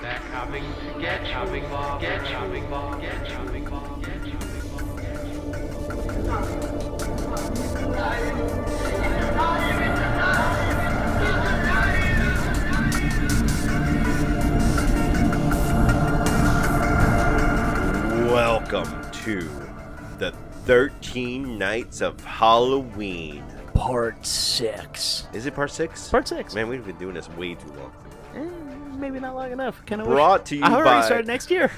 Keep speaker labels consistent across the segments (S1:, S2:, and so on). S1: They're coming to get you, get you, get you, get you.
S2: Welcome to the 13 Nights of Halloween.
S3: Part six.
S2: Is it part six?
S3: Part six.
S2: Man, we've been doing this way too long.
S3: Eh, maybe not long enough. Kind of.
S2: Brought to you
S3: I already
S2: by-
S3: started next year.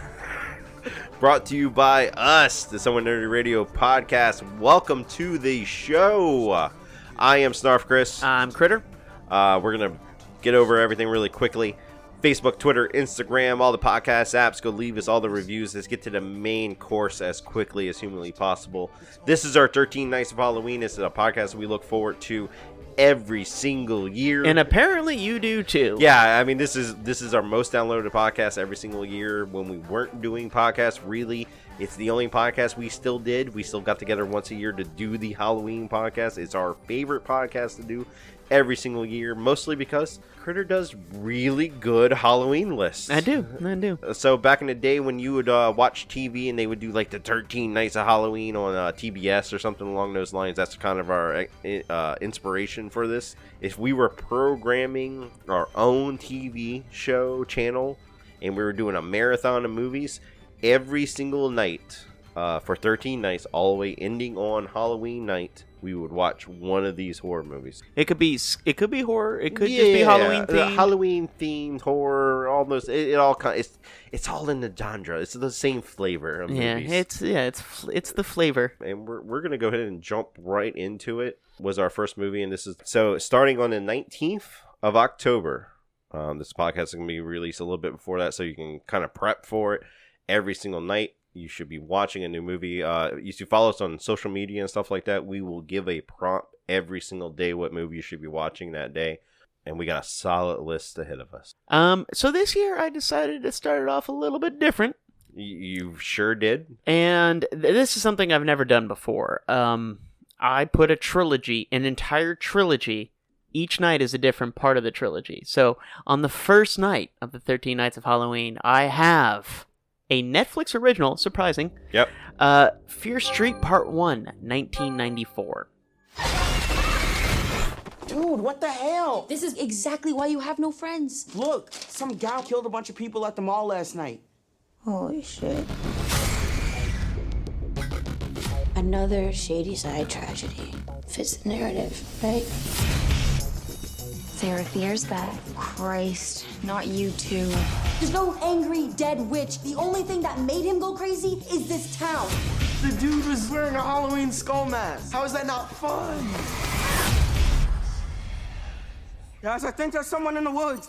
S2: Brought to you by us, the Someone Nerdy Radio podcast. Welcome to the show. I am Snarf Chris.
S3: I'm Critter.
S2: Uh, we're gonna get over everything really quickly. Facebook, Twitter, Instagram, all the podcast apps. Go leave us all the reviews. Let's get to the main course as quickly as humanly possible. This is our 13 Nights of Halloween. This is a podcast we look forward to every single year.
S3: And apparently you do too.
S2: yeah, I mean this is this is our most downloaded podcast every single year. When we weren't doing podcasts, really, it's the only podcast we still did. We still got together once a year to do the Halloween podcast. It's our favorite podcast to do every single year, mostly because Critter does really good Halloween lists.
S3: I do. I do.
S2: So back in the day when you would uh, watch TV and they would do like the 13 Nights of Halloween on uh, TBS or something along those lines, that's kind of our uh, inspiration for this. If we were programming our own TV show channel and we were doing a marathon of movies every single night uh, for 13 nights, all the way ending on Halloween night, we would watch one of these horror movies.
S3: It could be. s- It could be horror. It could just be Halloween
S2: Yeah,
S3: themed.
S2: Halloween themed horror, almost it, it all kind it's it's all in the genre. It's the same flavor of
S3: yeah.
S2: movies.
S3: It's yeah. It's fl- it's the flavor.
S2: and we're we're gonna go ahead and jump right into it. Was our first movie, and this is so starting on the nineteenth of October. Um, this podcast is gonna be released a little bit before that, so you can kind of prep for it every single night. You should be watching a new movie. Uh, you should follow us on social media and stuff like that. We will give a prompt every single day what movie you should be watching that day, and we got a solid list ahead of us.
S3: Um. So this year I decided to start it off a little bit different,
S2: Y- You sure did.
S3: and th- this is something I've never done before. Um. I put a trilogy, an entire trilogy. Each night is a different part of the trilogy. So on the first night of the Thirteen Nights of Halloween, I have a Netflix original. Surprising.
S2: Yep.
S3: Uh, Fear Street Part 1, 1994.
S4: Dude, what the hell?
S5: This is exactly why you have no friends.
S4: Look, some gal killed a bunch of people at the mall last night.
S6: Holy shit.
S5: Another
S6: Shady side tragedy. Fits the narrative, right? Sarah fears that. Christ, not you too.
S5: There's no angry dead witch. The only thing that made him go crazy is this town.
S4: The dude was wearing a Halloween skull mask. How is that not fun? Guys, I think there's someone in the woods.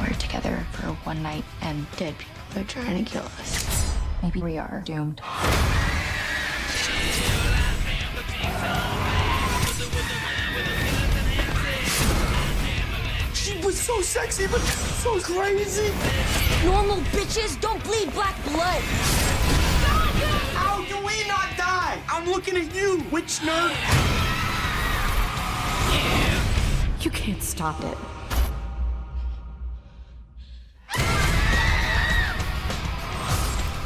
S6: We're together for one night and dead people are trying to kill us. Maybe we are doomed.
S4: She was so sexy, but so crazy.
S5: Normal bitches don't bleed black blood.
S4: How do we not die? I'm looking at you, witch nerd.
S6: You can't stop it.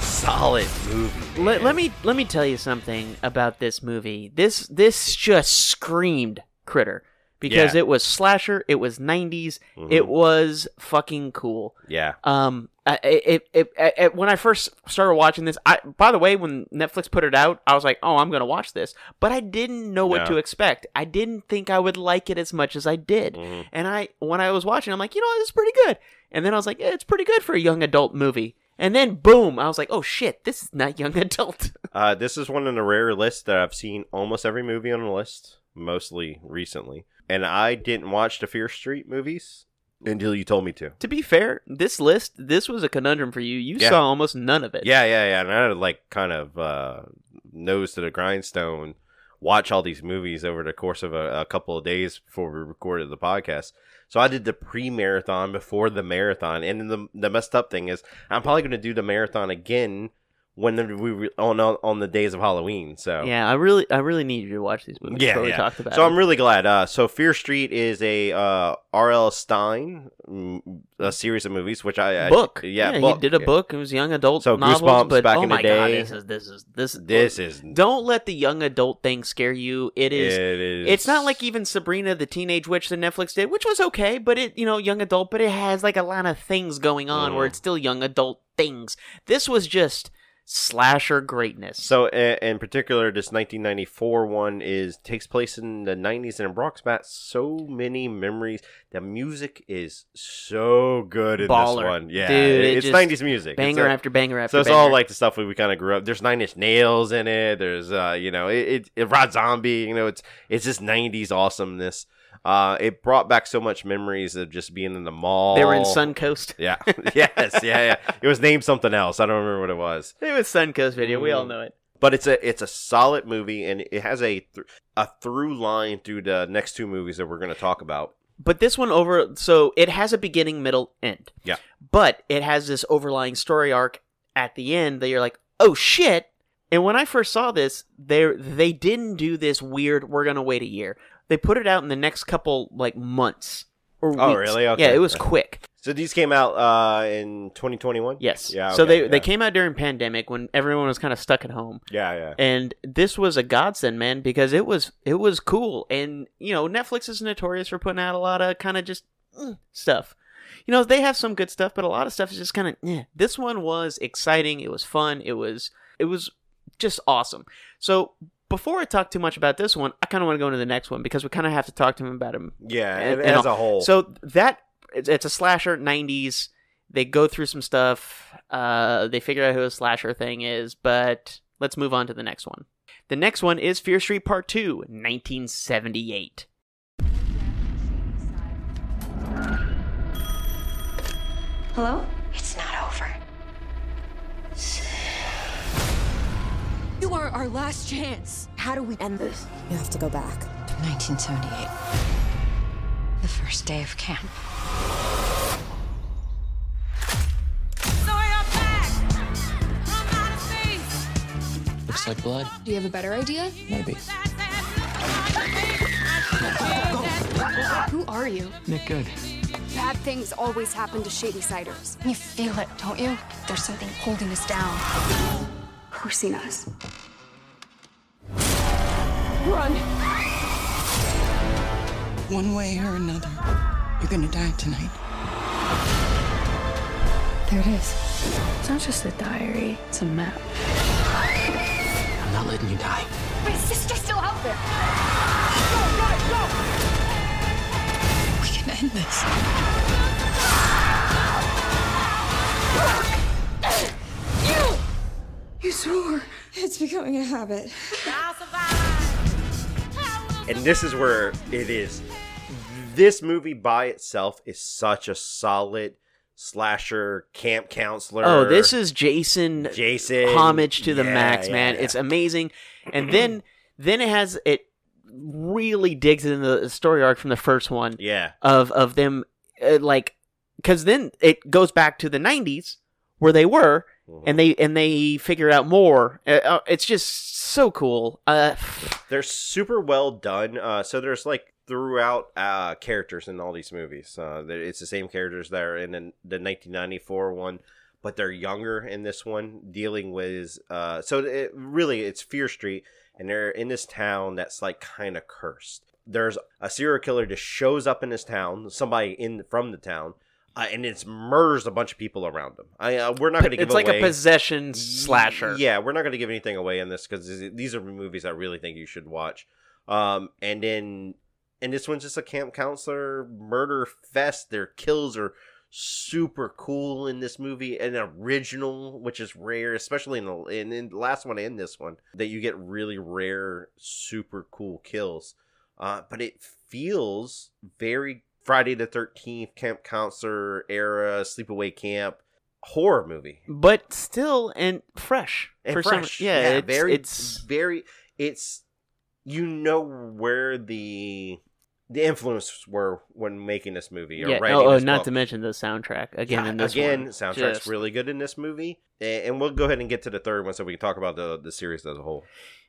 S2: Solid movie.
S3: Let, let me let me tell you something about this movie. This this just screamed critter because
S2: Yeah. Mm-hmm.
S3: it was slasher, it was 90s, it was fucking cool.
S2: Yeah.
S3: Um I- it, it, it, it, when I first started watching this, I by the way, when Netflix put it out, I was like, "Oh, I'm gonna watch this," but I didn't know what
S2: Yeah.
S3: to expect. I didn't think I would like it as much as I did,
S2: Mm-hmm.
S3: and I when I was watching, I'm like, "You know, this is pretty good," and then I was like, eh, "It's pretty good for a young adult movie," and then boom, I was like, "Oh shit, this is not young adult."
S2: Uh, this is one in the rare list that I've seen almost every movie on the list, mostly recently. And I didn't watch the Fear Street movies until you told me to.
S3: to be fair, this list this was a conundrum for you. You
S2: Yeah.
S3: saw almost none of it.
S2: Yeah, yeah, yeah. And I had to, like kind of uh, nose to the grindstone, watch all these movies over the course of a, a couple of days before we recorded the podcast. So I did the pre marathon before the marathon. And the, the messed up thing is, I'm probably going to do the marathon again when the, we re- on on the days of Halloween. So
S3: Yeah, I really, I really need you to watch these movies.
S2: yeah,
S3: before
S2: yeah.
S3: we talked about.
S2: so
S3: it.
S2: I'm really glad. Uh, so Fear Street is a uh, R.L. Stein mm, a series of movies, which I, I
S3: book.
S2: Yeah,
S3: he did a
S2: yeah.
S3: book. It was young adult
S2: So
S3: novels,
S2: Goosebumps
S3: but
S2: back
S3: oh
S2: in the
S3: my god,
S2: day.
S3: this is this is this is
S2: This is
S3: Don't let the young adult thing scare you. It is.
S2: it is.
S3: It's not like even Sabrina the Teenage Witch that Netflix did, which was okay, but it, you know, young adult, but it has like a lot of things going on
S2: Mm.
S3: where it's still young adult things. This was just slasher greatness.
S2: So i- in particular, this 1994 one is takes place in the 90s and it brings back so many memories. The music is so good in
S3: Baller.
S2: this one. Yeah,
S3: Dude, it
S2: it's
S3: just
S2: 90s music.
S3: banger
S2: it's a-
S3: after banger after
S2: So it's
S3: banger.
S2: all like the stuff we, we kind of grew up. There's Nine Inch Nails in it. There's uh, you know, it, it, it Rod Zombie. You know, it's it's just 90s awesomeness. Uh, it brought back so much memories of just being in the mall.
S3: they were in Suncoast.
S2: Yeah. yes. Yeah. Yeah. It was named something else. I don't remember what it was
S3: It was Suncoast video. We
S2: Mm.
S3: all know it.
S2: but it's a it's a solid movie and it has a th- a through line through the next two movies that we're going to talk about
S3: but this one over so it has a beginning middle end
S2: Yeah.
S3: but it has this overlying story arc at the end that you're like oh shit and when i first saw this they they didn't do this weird we're gonna wait a year they put it out in the next couple like months or
S2: Oh,
S3: weeks.
S2: really? Okay.
S3: yeah it was quick
S2: so these came out uh in 2021
S3: yes
S2: yeah
S3: so
S2: okay,
S3: they
S2: yeah.
S3: they came out during pandemic when everyone was kind of stuck at home
S2: yeah yeah
S3: and this was a godsend man because it was it was cool and you know netflix is notorious for putting out a lot of kind of just mm, stuff you know they have some good stuff but a lot of stuff is just kind of eh. this one was exciting it was fun it was it was just awesome so before i talk too much about this one i kind of want to go into the next one because we kind of have to talk to him about him
S2: yeah
S3: and-
S2: and
S3: and
S2: as
S3: all.
S2: a whole
S3: so that it's, it's a slasher '90s. They go through some stuff. Uh, they figure out who a slasher thing is, but let's move on to the next one. The next one is Fear Street Part Two, 1978.
S5: Hello?
S6: It's not over.
S7: You are our last chance.
S5: How do we end this? You have to go back.
S6: 1978. The first day of camp.
S8: Looks like blood.
S7: Do you have a better idea?
S8: Maybe.
S7: Who are you?
S8: Nick Good.
S7: Bad things always happen to shady ciders.
S6: You feel it, don't you? There's something holding us down.
S7: Cursing us. Run!
S9: One way or another, you're gonna die tonight.
S6: There it is. It's not just a diary, it's a map.
S8: I'm not letting you die.
S7: My sister's still out there.
S6: We can end this.
S7: You swore.
S9: It's becoming a habit.
S2: and this is where it is this movie by itself is such a solid slasher camp counselor
S3: Oh, this is Jason.
S2: jason
S3: homage to the
S2: Yeah,
S3: max,
S2: yeah,
S3: man.
S2: yeah.
S3: It's amazing. And then then it has it really digs into the story arc from the first one.
S2: yeah
S3: of of them uh, like because then it goes back to the 90s where they were and they and they figure out more Uh, uh, it's just so cool uh
S2: they're super well done. Uh, so there's like throughout uh, characters in all these movies. Uh, there- it's the same characters that are in the, the 1994 one, but they're younger in this one, dealing with. Uh, so it, really, it's Fear Street, and they're in this town that's like kind of cursed. There's a serial killer just shows up in this town, somebody in from the town, uh, and it's murders a bunch of people around them. I uh, we're not going to give
S3: it's like
S2: away
S3: a possession slasher
S2: yeah, we're not going to give anything away in this because these are movies I really think you should watch. Um, and then and this one's just a camp counselor murder fest. Their kills are super cool in this movie and original, which is rare, especially in the in, in the last one and this one that you get really rare, super cool kills. Uh, but it feels very Friday the Thirteenth camp counselor era sleepaway camp horror movie
S3: but still and fresh
S2: and
S3: for some-
S2: fresh.
S3: yeah, it's,
S2: very,
S3: it's
S2: very. It's you know where the the influence were when making this movie or
S3: yeah.
S2: writing
S3: Oh, oh,
S2: this
S3: not
S2: book.
S3: to mention the soundtrack again.
S2: Yeah,
S3: in this
S2: again,
S3: one,
S2: soundtrack's
S3: just-
S2: really good in this movie, A- and we'll go ahead and get to the third one so we can talk about the the series as a whole.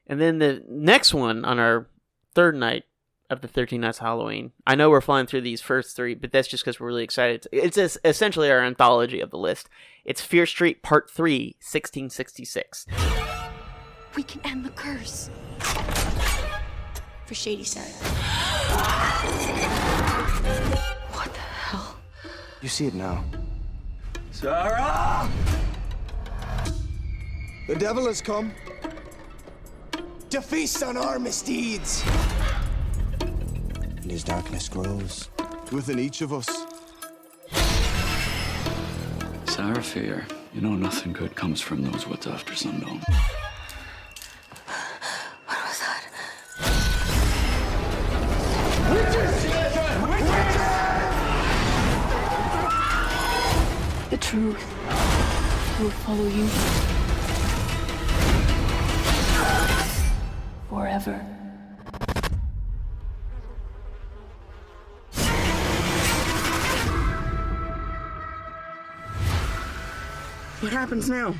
S3: And then the next one on our third night of the 13 Nights of Halloween. I know we're flying through these first three, but that's just because we're really excited. It's es- essentially our anthology of the list. It's Fear Street Part 3, 1666.
S7: We can end the curse.
S6: For Shady Side.
S7: What the hell?
S8: You see it now.
S4: Sarah! The devil has come to feast on our misdeeds.
S8: And as darkness grows,
S4: Within each of us
S10: It's our fear. You know, nothing good comes from those what's after sundown.
S7: The truth will follow you forever.
S9: What happens now?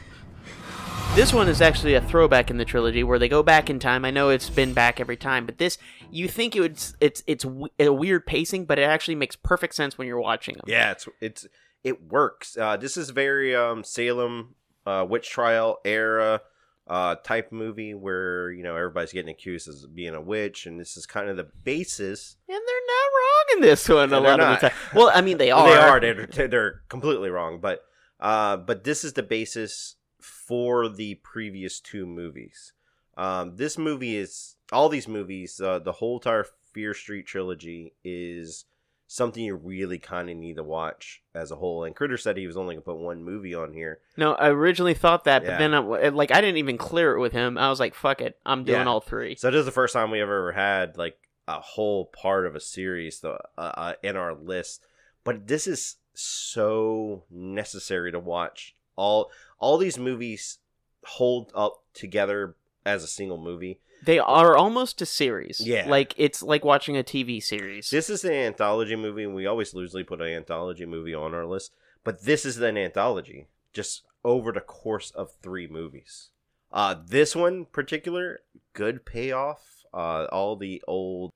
S3: This one is actually a throwback in the trilogy where they go back in time. I know it's been back every time, but this you think it would, it's it's w- a weird pacing, but it actually makes perfect sense when you're watching them.
S2: Yeah, it's it's it works. Uh, this is very um, Salem uh, witch trial era uh, type movie where you know everybody's getting accused as being a witch, and this is kind of the basis.
S3: And they're not wrong in this one a
S2: And they're
S3: lot
S2: not.
S3: of the time. Well, I mean they
S2: Well,
S3: are.
S2: They are. They're, they're completely wrong, but uh, but this is the basis for the previous two movies. Um, this movie is all these movies. Uh, the whole entire Fear Street trilogy is something you really kind of need to watch as a whole. And Critter said he was only gonna put one movie on here.
S3: No, I originally thought that,
S2: Yeah.
S3: but then I, like I didn't even clear it with him. I was like, "Fuck it, I'm doing
S2: Yeah.
S3: all three.
S2: So this is the first time we ever had like a whole part of a series to, uh, uh, in our list, but this is so necessary to watch. All all these movies hold up together as a single movie.
S3: They are almost a series.
S2: Yeah.
S3: like it's like watching a TV series.
S2: This is an anthology movie, and we always loosely put an anthology movie on our list, but this is an anthology just over the course of three movies. Uh, this one in particular, good payoff. Uh, all the old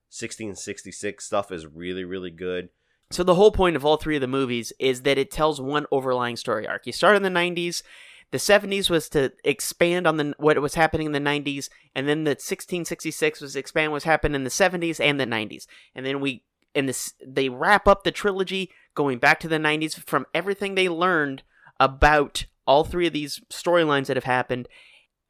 S2: 1666 stuff is really, really good.
S3: so the whole point of all three of the movies is that it tells one overlying story arc. You start in the '90s. The '70s was to expand on the what was happening in the '90s, and then the 1666 was to expand what's happened in the '70s and the '90s, and then we and this they wrap up the trilogy going back to the '90s from everything they learned about all three of these storylines that have happened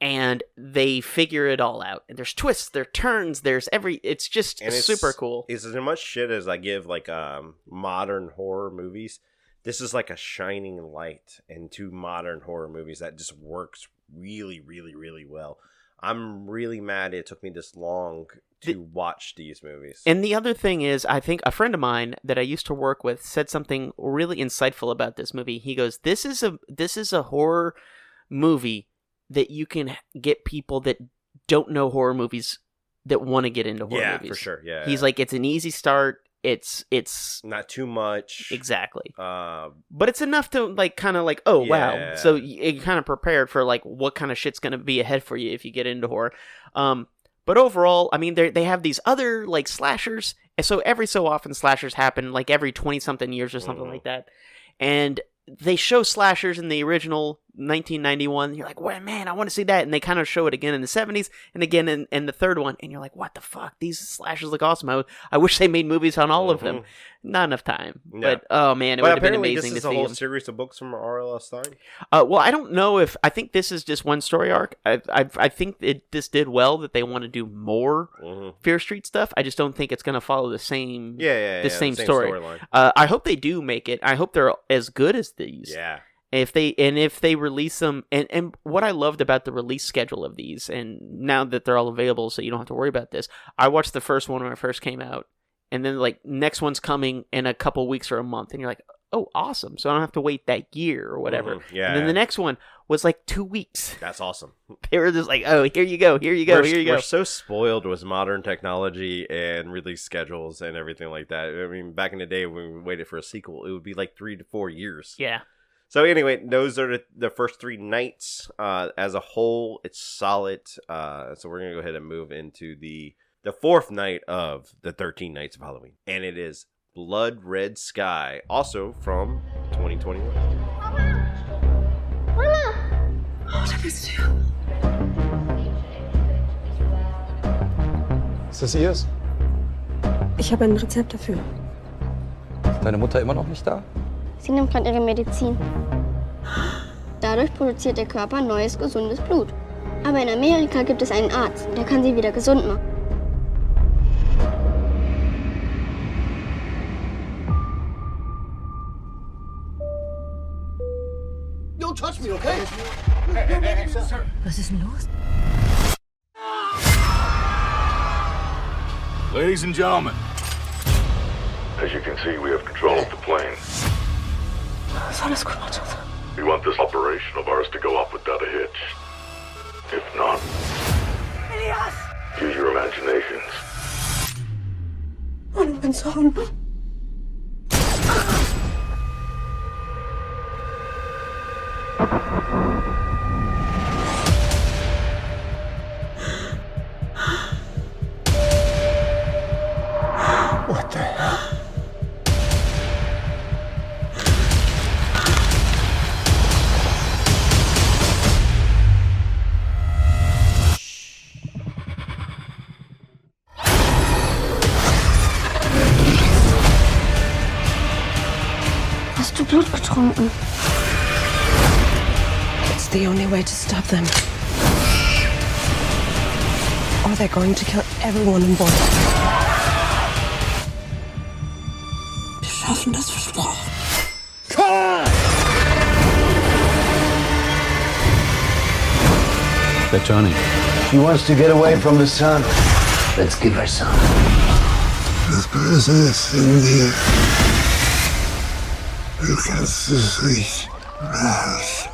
S3: and they figure it all out and there's twists there are turns there's every it's just
S2: And it's-
S3: super cool
S2: It's as much shit as I give like um, modern horror movies. This is like a shining light into modern horror movies that just works really, really, really well. I'm really mad it took me this long to watch these movies.
S3: And the other thing is, I think a friend of mine that I used to work with said something really insightful about this movie. He goes, "This is a this is a horror movie that you can get people that don't know horror movies that want to get into horror
S2: yeah,
S3: movies."
S2: for sure. Yeah,
S3: He's like, "It's an easy start. It's it's
S2: not too much.
S3: exactly,
S2: Uh,
S3: but it's enough to like kind of like, oh
S2: Yeah.
S3: wow." So you kind of prepared for like what kind of shit's gonna be ahead for you if you get into horror. Um, but overall, I mean, they they have these other like slashers, and so every so often slashers happen, like every twenty something years or something
S2: Mhm.
S3: like that, and they show slashers in the original 1991. You're like, well, man, I want to see that, and they kind of show it again in the 70s, and again in, in the third one, and you're like, what the fuck? These slashers look awesome. I, I wish they made movies on all of them.
S2: Mhm.
S3: Not enough time,
S2: No.
S3: but oh man, it
S2: but
S3: would have been
S2: apparently,
S3: amazing
S2: this
S3: to
S2: is a
S3: see.
S2: whole
S3: 'em.
S2: series of books from R.L. Stein.
S3: Uh, well, I don't know if I think this is just one story arc. I I, I think it this did well that they want to do more
S2: Mhm.
S3: Fear Street stuff. I just don't think it's going to follow the same.
S2: Yeah, yeah, yeah,
S3: the
S2: the
S3: same,
S2: same
S3: story.
S2: storyline.
S3: Uh, I hope they do make it. I hope they're as good as these.
S2: Yeah,
S3: If they and if they release them and and what I loved about the release schedule of these and now that they're all available, so you don't have to worry about this. I watched the first one when it first came out, and then like next one's coming in a couple weeks or a month, and you're like, oh, awesome. So I don't have to wait that year or whatever.
S2: Mhm. Yeah,
S3: And then
S2: yeah.
S3: the next one was like two weeks.
S2: That's awesome.
S3: They were just like, oh, here you go, here you go,
S2: we're,
S3: here you
S2: we're
S3: go.
S2: so spoiled with modern technology and release schedules and everything like that. I mean, back in the day when we waited for a sequel, it would be like three to four years.
S3: Yeah.
S2: So anyway, those are the, the first three nights. Uh, as a whole, it's solid. Uh, so we're gonna go ahead and move into the the fourth night of the thirteen nights of Halloween, and it is Blood Red Sky, also from 2021.
S11: Ist das ihrs?
S12: Ich habe ein Rezept dafür.
S11: Ist deine Mutter immer noch nicht da?
S13: Sie nimmt gerade ihre Medizin. Dadurch produziert der Körper neues, gesundes Blut. Aber in Amerika gibt es einen Arzt, der kann sie wieder gesund machen.
S4: Don't touch me, okay? Hey, hey, hey, sir.
S12: Was ist denn los?
S14: Ladies and gentlemen. As you can see, we have control of the plane.
S12: Was alles gut, Matschus?
S14: We want this operation of ours to go off without a hitch. If not,
S12: Elias!
S14: use your imaginations.
S12: Und mein Sohn.
S4: What the hell?
S12: Hast du Blut getrunken? It's the only way to stop them. Or they're going to kill everyone on board. Wir schaffen das versprochen.
S10: Hey, Johnny.
S8: She wants to get away from the sun. Let's give her some.
S15: As bad as this in the you can see mass.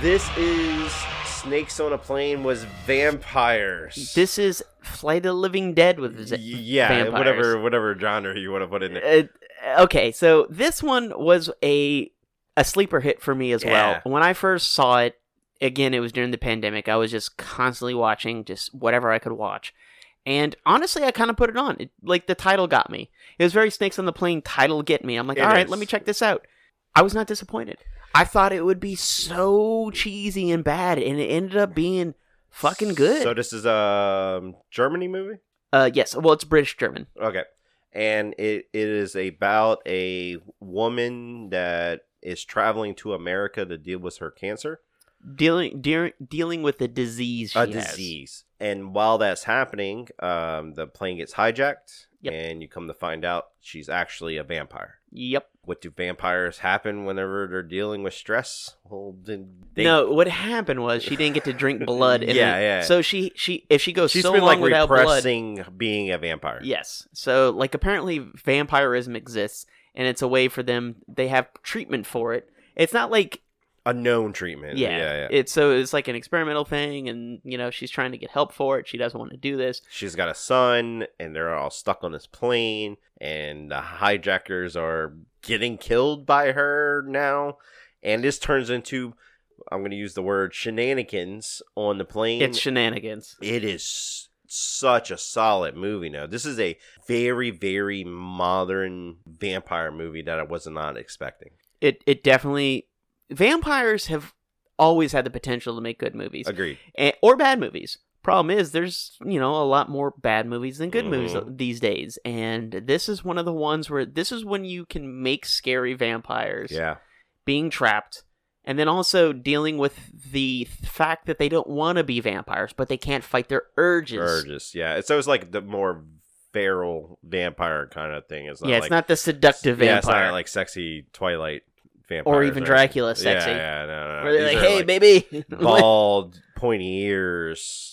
S2: This is Snakes on a Plane was vampires.
S3: This is Flight of the Living Dead with z-
S2: Yeah,
S3: vampires.
S2: whatever whatever genre you want to put in there.
S3: Uh, okay, so this one was a a sleeper hit for me as
S2: Yeah.
S3: well. When I first saw it, again, it was during the pandemic. I was just constantly watching just whatever I could watch. And honestly, I kind of put it on. It, like the title got me. It was very Snakes on the Plane title get me. I'm like,
S2: It
S3: all right,
S2: is.
S3: let me check this out. I was not disappointed. I thought it would be so cheesy and bad, and it ended up being fucking good.
S2: So this is a Germany movie.
S3: Uh, yes. Well, it's British German.
S2: Okay. And it, it is about a woman that is traveling to America to deal with her cancer,
S3: Dealing dear, dealing with a disease. She
S2: a
S3: has.
S2: disease. And while that's happening, um, the plane gets hijacked, and you come to find out she's actually a vampire.
S3: Yep.
S2: What do vampires happen whenever they're dealing with stress? Well, then they,
S3: no, what happened was she didn't get to drink blood. and
S2: Yeah,
S3: then-
S2: yeah.
S3: So she she if she goes
S2: she's
S3: so
S2: been
S3: long
S2: like
S3: without blood,
S2: repressing being a vampire.
S3: yes. So like apparently vampirism exists, and it's a way for them. They have treatment for it. It's not like
S2: a known treatment.
S3: yeah.
S2: yeah, yeah.
S3: It's so it's like an experimental thing, and you know she's trying to get help for it. She doesn't want to do this.
S2: She's got a son, and they're all stuck on this plane, and the hijackers are getting killed by her now. And this turns into, I'm going to use the word shenanigans on the plane.
S3: It's shenanigans.
S2: It is such a solid movie now. This is a very, very modern vampire movie that I was not expecting.
S3: It it definitely vampires have always had the potential to make good movies.
S2: Agreed.
S3: and, or bad movies. Problem is, there's you know a lot more bad movies than good movies
S2: Mhm.
S3: these days, and this is one of the ones where this is when you can make scary vampires
S2: Yeah.
S3: being trapped, and then also dealing with the fact that they don't want to be vampires, but they can't fight their urges.
S2: Urges. Yeah. It's always like the more feral vampire kind of thing. It's not
S3: yeah, it's
S2: like-
S3: not the seductive
S2: Yeah, it's not
S3: vampire.
S2: like sexy Twilight vampires.
S3: Or even
S2: right?
S3: Dracula sexy.
S2: Yeah, yeah, no, no.
S3: Where they're
S2: uh, These
S3: like,
S2: are,
S3: "Hey, baby."
S2: bald, pointy ears.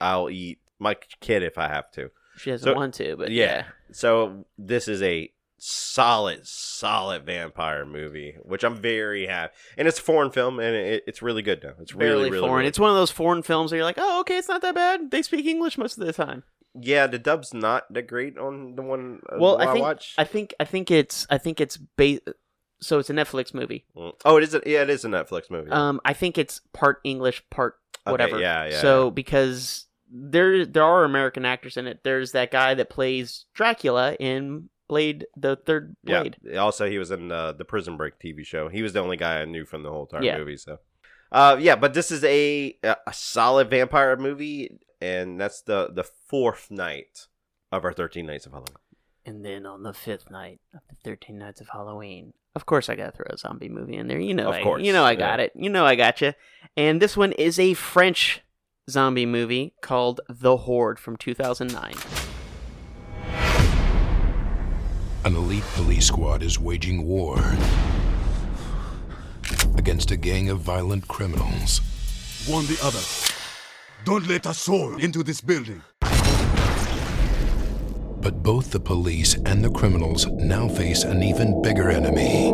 S2: I'll eat my kid if I have to.
S3: She doesn't want to, but yeah.
S2: So this is a solid, solid vampire movie, which I'm very happy. And it's a foreign film, and it, it's really good now. It's really,
S3: Barely
S2: really
S3: foreign.
S2: good.
S3: It's one of those foreign films where you're like, oh, okay, it's not that bad. They speak English most of the time.
S2: yeah, the dub's not that great on the one. uh,
S3: well,
S2: I,
S3: I think
S2: watched.
S3: I think I think it's I think it's ba- so it's a Netflix movie.
S2: Mm. Oh, it is. A, yeah, it is a Netflix movie.
S3: Um, I think it's part English, part
S2: Okay,
S3: whatever.
S2: yeah, yeah,
S3: So
S2: yeah.
S3: because there there are American actors in it. There's that guy that plays Dracula in Blade, the third
S2: yeah.
S3: Blade.
S2: Also, he was in uh, the Prison Break TV show. He was the only guy I knew from the whole entire
S3: Yeah.
S2: movie. So, uh, yeah, but this is a a solid vampire movie, and that's the the fourth night of our thirteen nights of Halloween.
S3: And then on the fifth night of the Thirteen Nights of Halloween, of course I gotta throw a zombie movie in there. You know,
S2: Of
S3: I,
S2: course,
S3: you know I got
S2: yeah.
S3: it. You know I got you. And this one is a French zombie movie called The Horde from 2009.
S16: An elite police squad is waging war against a gang of violent criminals.
S15: Warn the others. Don't let a soul into this building.
S16: But both the police and the criminals now face an even bigger enemy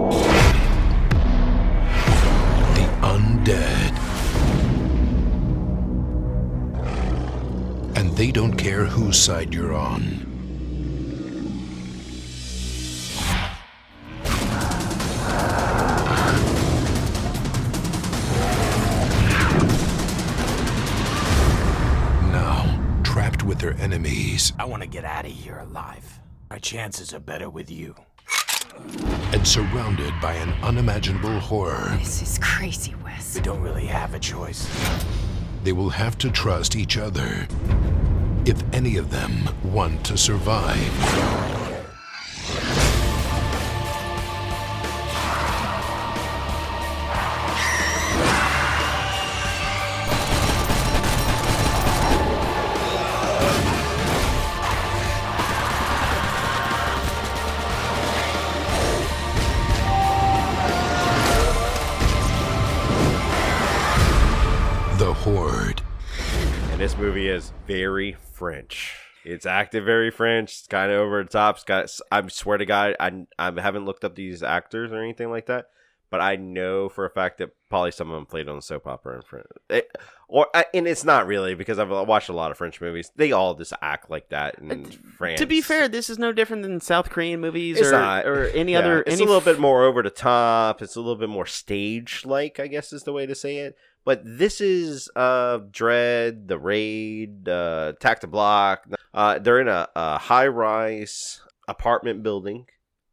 S16: the undead. And they don't care whose side you're on. Now, trapped with their enemies.
S17: I want to get out of here alive. My chances are better with you.
S16: and surrounded by an unimaginable horror,
S17: This is crazy, Wes. We don't really have a choice.
S16: they will have to trust each other if any of them want to survive. The Horde.
S2: And this movie is very French. It's acted very French. It's kind of over the top. It's got. I swear to God, I I haven't looked up these actors or anything like that, but I know for a fact that probably some of them played on soap opera in French. It, or I- and it's not really because I've watched a lot of French movies. They all just act like that in France.
S3: To be fair, this is no different than South Korean movies
S2: It's
S3: or,
S2: not.
S3: or any
S2: Yeah.
S3: other.
S2: It's
S3: any
S2: a little bit more over the top. It's a little bit more stage like, I guess is the way to say it. But this is uh Dread, The Raid, uh Attack the Block. Uh they're in a, a high rise apartment building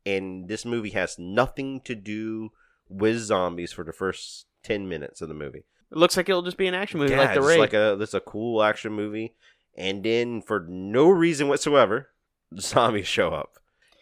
S2: and this movie has nothing to do with zombies for the first 10 minutes of the movie.
S3: It looks like it'll just be an action movie
S2: Yeah,
S3: like The
S2: it's
S3: Raid.
S2: like a that's a cool action movie and then for no reason whatsoever, zombies show up.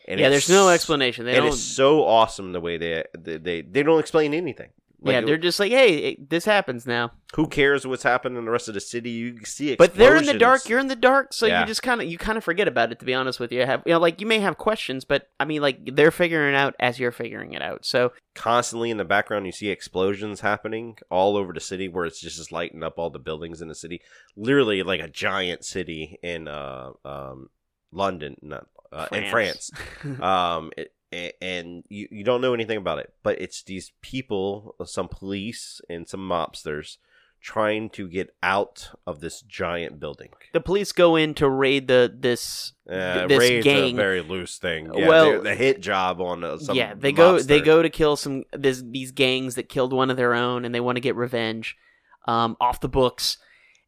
S3: Yeah,
S2: it's-
S3: there's no explanation. They
S2: and
S3: don't-
S2: it's so awesome the way they they they, they don't explain anything.
S3: yeah, they're just like, hey, it, this happens now.
S2: who cares what's happening in the rest of the city? You see,
S3: But they're in the
S2: explosions.
S3: dark. You're in the dark, so
S2: Yeah.
S3: you just kind of you kind of forget about it. To be honest with you, I have you know, like you may have questions, but I mean, like they're figuring it out as you're figuring it out. So
S2: constantly in the background you see explosions happening all over the city where it's just, just lighting up all the buildings in the city literally like a giant city in uh um london not uh, in france
S3: France.
S2: um it, a- and you, you don't know anything about it but it's these people some police and some mobsters trying to get out of this giant building
S3: the police go in to raid the this
S2: uh,
S3: this
S2: raid's
S3: gang.
S2: a very loose thing yeah,
S3: Well-
S2: the hit job on uh, some
S3: yeah, they go they
S2: mobster.
S3: go to kill some this, these gangs that killed one of their own, and they want to get revenge um, off the books.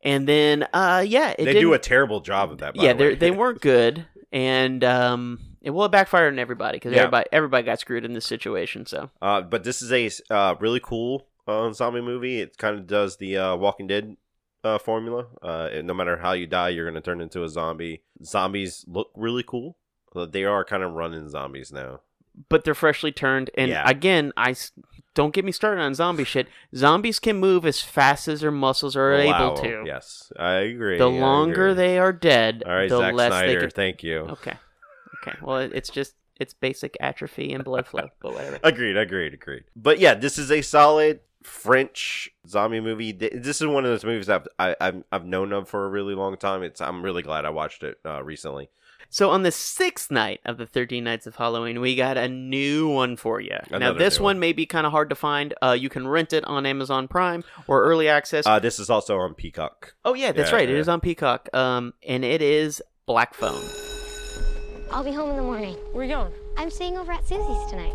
S3: And then, uh, yeah, it
S2: they do a
S3: didn't-
S2: terrible job of that by
S3: yeah,
S2: the
S3: they're-
S2: way.
S3: they weren't good, and um, it well it backfired on everybody because
S2: Yeah.
S3: everybody everybody got screwed in this situation. So
S2: Uh, but this is a uh, really cool uh, zombie movie. It kind of does the uh, Walking Dead uh, formula. Uh, and no matter how you die, you're going to turn into a zombie. Zombies look really cool. Uh, They are kind of running zombies now.
S3: but they're freshly turned. And
S2: Yeah.
S3: again, I s- don't get me started on zombie shit. Zombies can move as fast as their muscles are
S2: Wow.
S3: able to.
S2: Yes, I agree.
S3: The
S2: I
S3: longer
S2: agree.
S3: they are dead,
S2: All right,
S3: the
S2: Zack
S3: less
S2: Snyder,
S3: they can.
S2: thank you.
S3: Okay, okay. Well, it- it's just it's basic atrophy and blood flow, but whatever.
S2: Agreed, agreed, agreed. But yeah, this is a solid French zombie movie. Th- This is one of those movies I've I, I've I've known of for a really long time. It's I'm really glad I watched it uh, recently.
S3: So on the sixth night of the 13 Nights of Halloween, we got a new one for you. now
S2: Another
S3: this
S2: new
S3: one may be kind of hard to find. Uh, you can rent it on Amazon Prime or early access.
S2: Uh, this is also on Peacock.
S3: oh yeah, that's
S2: yeah,
S3: right. It
S2: yeah.
S3: is on Peacock. Um, and it is Black Phone.
S18: I'll be home in the morning. Where are you going? I'm staying over at Susie's tonight.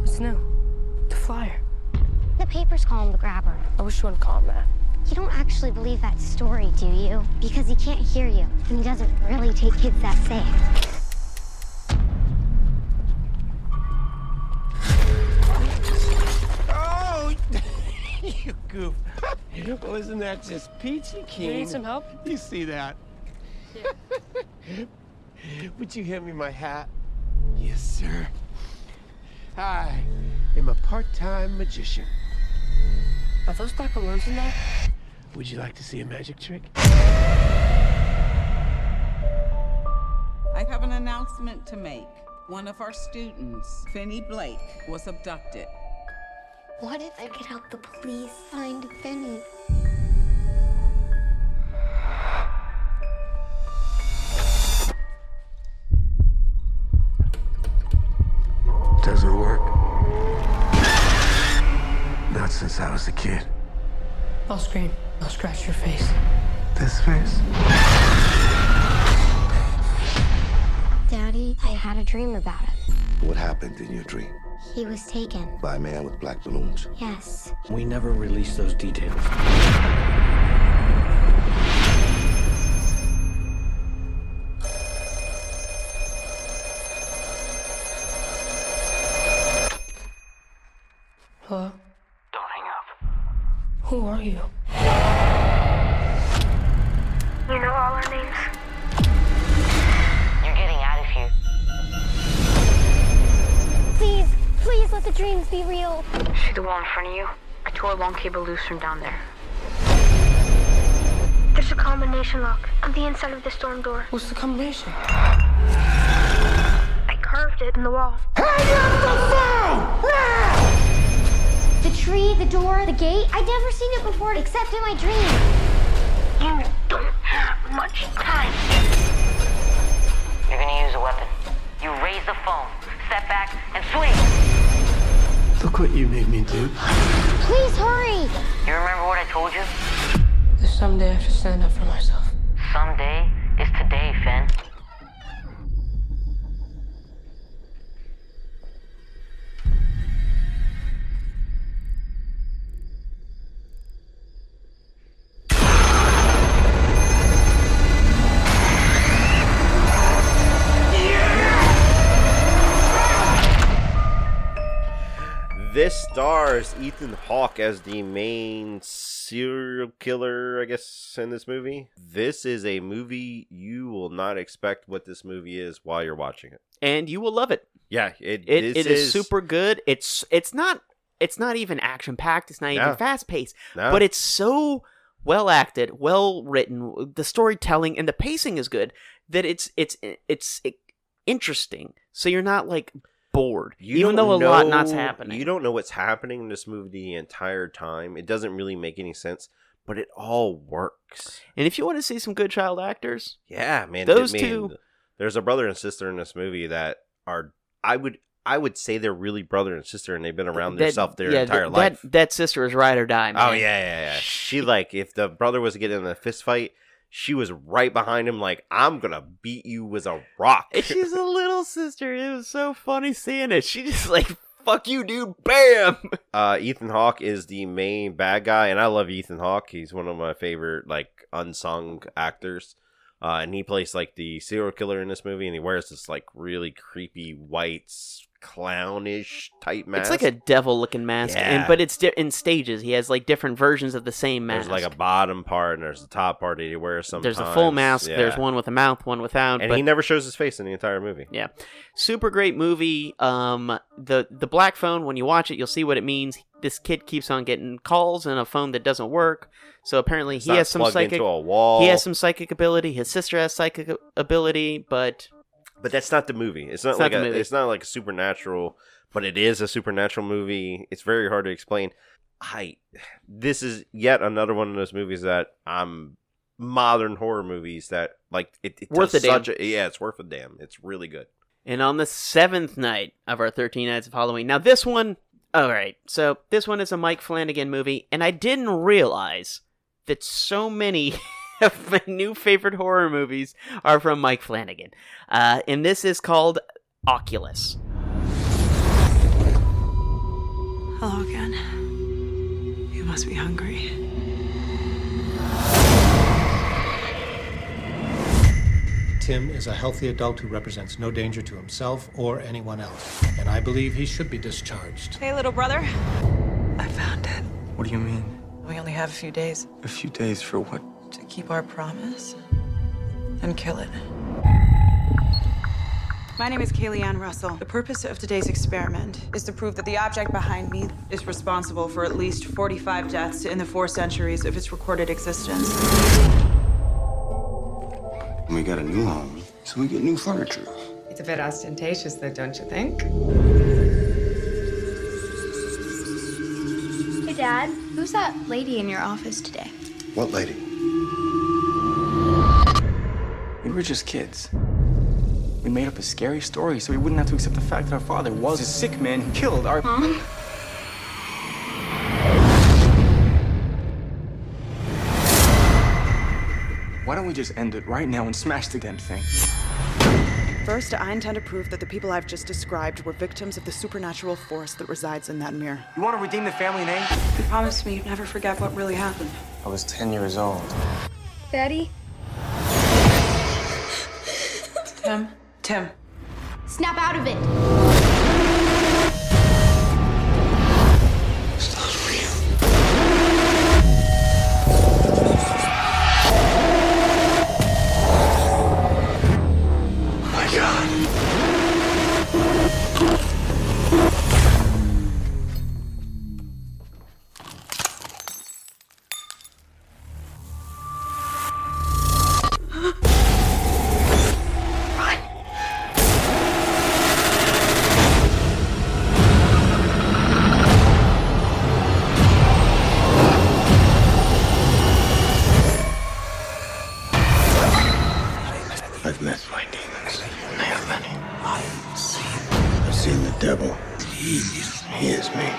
S19: What's new? The flyer.
S18: The papers call him the grabber.
S19: I wish you wouldn't call him that.
S18: You don't actually believe that story, do you? Because he can't hear you, and he doesn't really take kids that safe.
S17: Oh, you goof. Well, isn't that just peachy keen?
S19: You need some help?
S17: You see that? Would you hand me my hat? Yes, sir. I am a part-time magician.
S19: Are those black balloons in there?
S17: Would you like to see a magic trick?
S20: I have an announcement to make. One of our students, Finny Blake, was abducted.
S18: What if I could help the police find Benny?
S17: Doesn't work. Not since I was a kid.
S19: I'll scream. I'll scratch your face.
S17: This face?
S18: Daddy, I had a dream about it.
S21: What happened in your dream?
S18: He was taken.
S21: By a man with black balloons.
S18: Yes.
S21: We never released those details.
S19: Hello? Don't hang up. Who are you?
S22: You know all our names? You're getting out of here.
S18: Please, please let the dreams be real.
S22: See the wall in front of you? I tore a long cable loose from down there.
S18: There's a combination lock on the inside of the storm door.
S19: What's the combination?
S18: I carved it in the wall. The tree, the door, the gate. I'd never seen it before except in my dream. You don't have much time.
S22: You're gonna use a weapon. You raise the phone, step back, and swing!
S17: Look what you made me do.
S18: Please hurry.
S22: You remember what I told you?
S19: There's someday I should stand up for myself.
S22: Someday is today, Finn.
S2: This stars Ethan Hawke as the main serial killer, I guess, in this movie. This is a movie you will not expect what this movie is while you're watching it.
S3: And you will love it.
S2: Yeah, it,
S3: It,
S2: this
S3: it is, super good. It's it's not it's not even action packed. It's not
S2: No.
S3: even fast paced.
S2: No.
S3: But it's so well acted, well written. The storytelling and the pacing is good. That it's it's it's interesting. So you're not like bored,
S2: You
S3: even
S2: don't
S3: though a lot
S2: know-
S3: not's happening.
S2: You don't know what's happening in this movie the entire time. It doesn't really make any sense, but it all works.
S3: And if you want to see some good child actors,
S2: Yeah, man.
S3: Those
S2: man,
S3: two-
S2: There's a brother and sister in this movie that are I would I would say they're really brother and sister, and they've been around
S3: that-
S2: themselves their
S3: yeah,
S2: entire
S3: that-
S2: life.
S3: That, that sister is ride or die. Man.
S2: oh yeah, yeah, yeah. She like if the brother was getting in a fist fight, she was right behind him, like I'm gonna beat you with a rock.
S3: And she's a little sister. It was so funny seeing it. She just like fuck you, dude. Bam.
S2: uh, Ethan Hawke is the main bad guy, and I love Ethan Hawke. He's one of my favorite like unsung actors, uh, and he plays like the serial killer in this movie, and he wears this like really creepy white s- clownish type mask.
S3: It's like a devil looking mask, and
S2: Yeah.
S3: but it's di- in stages. He has like different versions of the same mask.
S2: there's like a bottom part and there's a top part that he wears. Sometimes
S3: There's a full mask. There's
S2: Yeah.
S3: one with a mouth, one without.
S2: and
S3: but
S2: he never shows his face in the entire movie.
S3: Yeah. Super great movie. Um the the black phone when you watch it you'll see what it means. This kid keeps on getting calls and a phone that doesn't work. So apparently
S2: It's
S3: he
S2: not
S3: has some
S2: plugged
S3: psychic
S2: into a wall.
S3: He has some psychic ability. His sister has psychic ability, but
S2: But that's not the movie. It's not
S3: It's not
S2: like
S3: the
S2: a,
S3: movie.
S2: it's not like a supernatural, but it is a supernatural movie. It's very hard to explain. I this is yet another one of those movies that I'm modern horror movies that like it, it
S3: Worth
S2: does
S3: a damn.
S2: such a yeah, it's worth a damn. It's really good.
S3: And on the seventh night of our 13 Nights of Halloween. Now, this one, all right, so this one is a Mike Flanagan movie, and I didn't realize that so many of my new favorite horror movies are from Mike Flanagan. Uh, and this is called Oculus.
S1: Hello again. You must be hungry.
S5: Tim is a healthy adult who represents no danger to himself or anyone else, and I believe he should be discharged.
S1: Hey, little brother.
S21: What do you mean?
S1: We only have a few days
S21: A few days for what?
S1: to keep our promise and kill it.
S9: My name is Kaylee Ann Russell. The purpose of today's experiment is to prove that the object behind me is responsible for at least 45 deaths in the four centuries of its recorded existence.
S21: We got a new home, so we get new furniture.
S23: It's a bit ostentatious, though, don't you think?
S6: Hey, Dad, who's that lady in your office today?
S21: What lady? We were just kids. We made up a scary story so we wouldn't have to accept the fact that our father was a sick man who killed our.
S6: Mom?
S21: Why don't we just end it right now and smash the damn thing?
S9: First, I intend to prove that the people I've just described were victims of the supernatural force that resides in that mirror.
S21: You want to redeem the family name?
S9: You promised me you'd never forget what really happened.
S21: I was 10 years old.
S18: Daddy?
S1: Tim? Tim.
S18: Snap out of it!
S21: my god. I've met my demons. And they are many. I've seen. I've seen the devil. He is, he is me.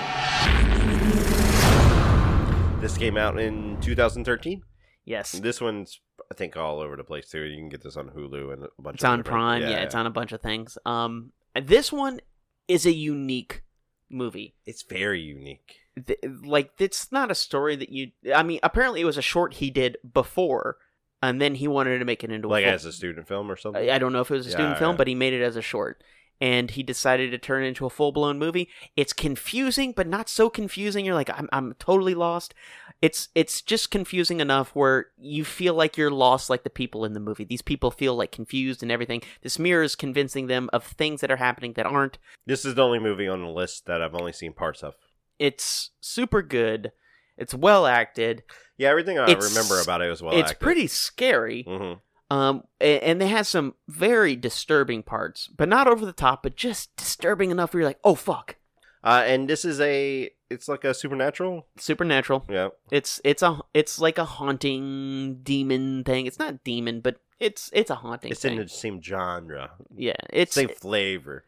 S2: This came out in 2013.
S3: Yes.
S2: This one's I think all over the place too. You can get this on Hulu and a bunch.
S3: It's
S2: of
S3: on
S2: different-
S3: Prime. Yeah, it's on a bunch of things. Um, this one is a unique movie.
S2: It's very unique.
S3: Th- like it's not a story that you. I mean, apparently it was a short he did before, and then he wanted to make it into
S2: like
S3: a full-
S2: as a student film or something.
S3: I I don't know if it was a
S2: Yeah,
S3: student film,
S2: yeah.
S3: but he made it as a short. And he decided to turn it into a full blown movie. It's confusing, but not so confusing. You're like, I'm, I'm totally lost. It's it's just confusing enough where you feel like you're lost, like the people in the movie. These people feel like confused and everything. This mirror is convincing them of things that are happening that aren't.
S2: This is the only movie on the list that I've only seen parts of.
S3: It's super good. It's well acted.
S2: Yeah, everything I
S3: It's-
S2: remember about it was well.
S3: It's
S2: acted.
S3: pretty scary.
S2: Mhm.
S3: Um, a- and they has some very disturbing parts, but not over the top, but just disturbing enough where you're like, oh fuck.
S2: Uh, and this is a. It's like a supernatural.
S3: supernatural.
S2: Yeah.
S3: It's it's a it's like a haunting demon thing. It's not demon, but it's it's a haunting
S2: It's
S3: thing.
S2: in the same genre.
S3: yeah, it's
S2: same flavor.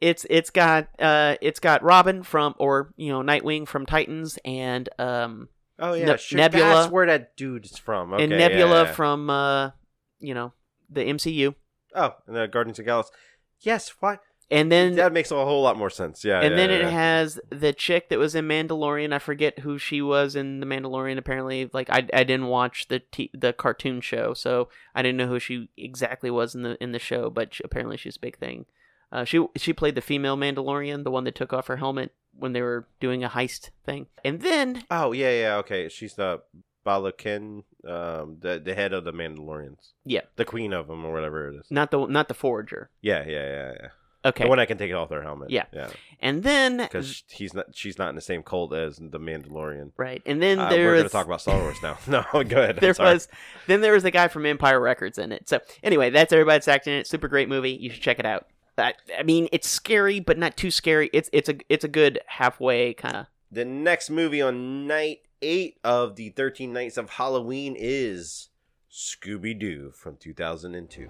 S3: it's it's got uh it's got Robin from or you know Nightwing from Titans and um
S2: Oh yeah,
S3: Ne-
S2: sure,
S3: Nebula
S2: That's where that dude's from. Okay,
S3: and
S2: yeah,
S3: Nebula
S2: yeah.
S3: from uh you know the MCU
S2: Oh, and the Guardians of the Galaxy. Yes, why?
S3: and then
S2: That makes a whole lot more sense. Yeah.
S3: and
S2: yeah,
S3: then
S2: yeah,
S3: it
S2: yeah.
S3: has the chick that was in Mandalorian. I forget who she was in the Mandalorian. Apparently, like I, I didn't watch the t- the cartoon show, so I didn't know who she exactly was in the in the show. But she, apparently, she's a big thing. Uh, she she played the female Mandalorian, the one that took off her helmet when they were doing a heist thing. And then
S2: Oh yeah, yeah. Okay, she's the Balokin, um, the the head of the Mandalorians.
S3: Yeah.
S2: the queen of them or whatever it is.
S3: not the not the Forager.
S2: Yeah, yeah, yeah, yeah.
S3: Okay.
S2: The one that can take off their helmet.
S3: Yeah.
S2: Yeah.
S3: And then
S2: Because he's not, she's not in the same cult as the Mandalorian.
S3: Right. And then
S2: Uh,
S3: there
S2: we're going to
S3: was-
S2: talk about Star Wars now. No, go ahead. I'm
S3: there
S2: sorry.
S3: was then there was the guy from Empire Records in it. So anyway, that's everybody that's acting in it. Super great movie. You should check it out. I, I mean, it's scary, but not too scary. It's it's a it's a good halfway kind of.
S2: The next movie on night eight of the 13 Nights of Halloween is Scooby Doo from 2002.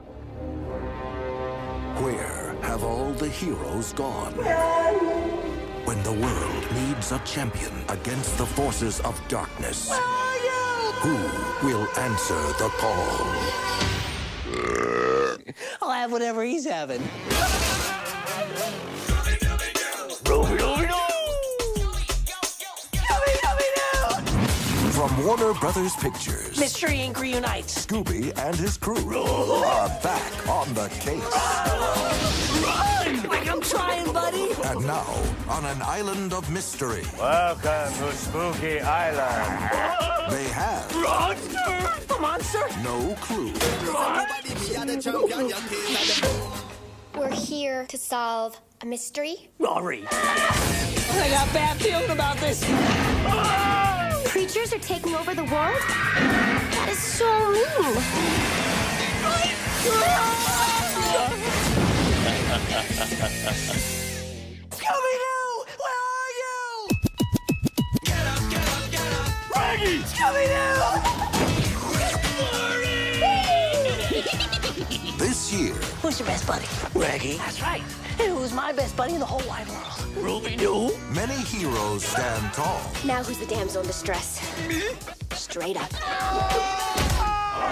S7: Where have all the heroes gone? When the world needs a champion against the forces of darkness. Who will answer the call?
S11: I'll have whatever he's having.
S7: From Warner Brothers Pictures,
S11: Mystery Inc. reunites.
S7: Scooby and his crew are back on the case.
S11: Run! Like I'm trying, buddy.
S7: And now, on an island of mystery,
S13: Welcome to Spooky Island.
S7: they have
S11: Monster! The monster?
S7: no clue
S18: We're here to solve a mystery.
S11: Rory. I got bad feeling about this.
S18: Creatures are taking over the world? That is so mean.
S11: Scooby Doo! Where are you? Get up, get up, get up! Maggie! Scooby Doo!
S7: this year.
S11: Who's your best buddy?
S7: Raggy.
S11: That's right. And who's my best buddy in the whole wide world?
S7: Ruby Doo. Many heroes stand tall,
S18: now who's the damsel in distress? Straight up.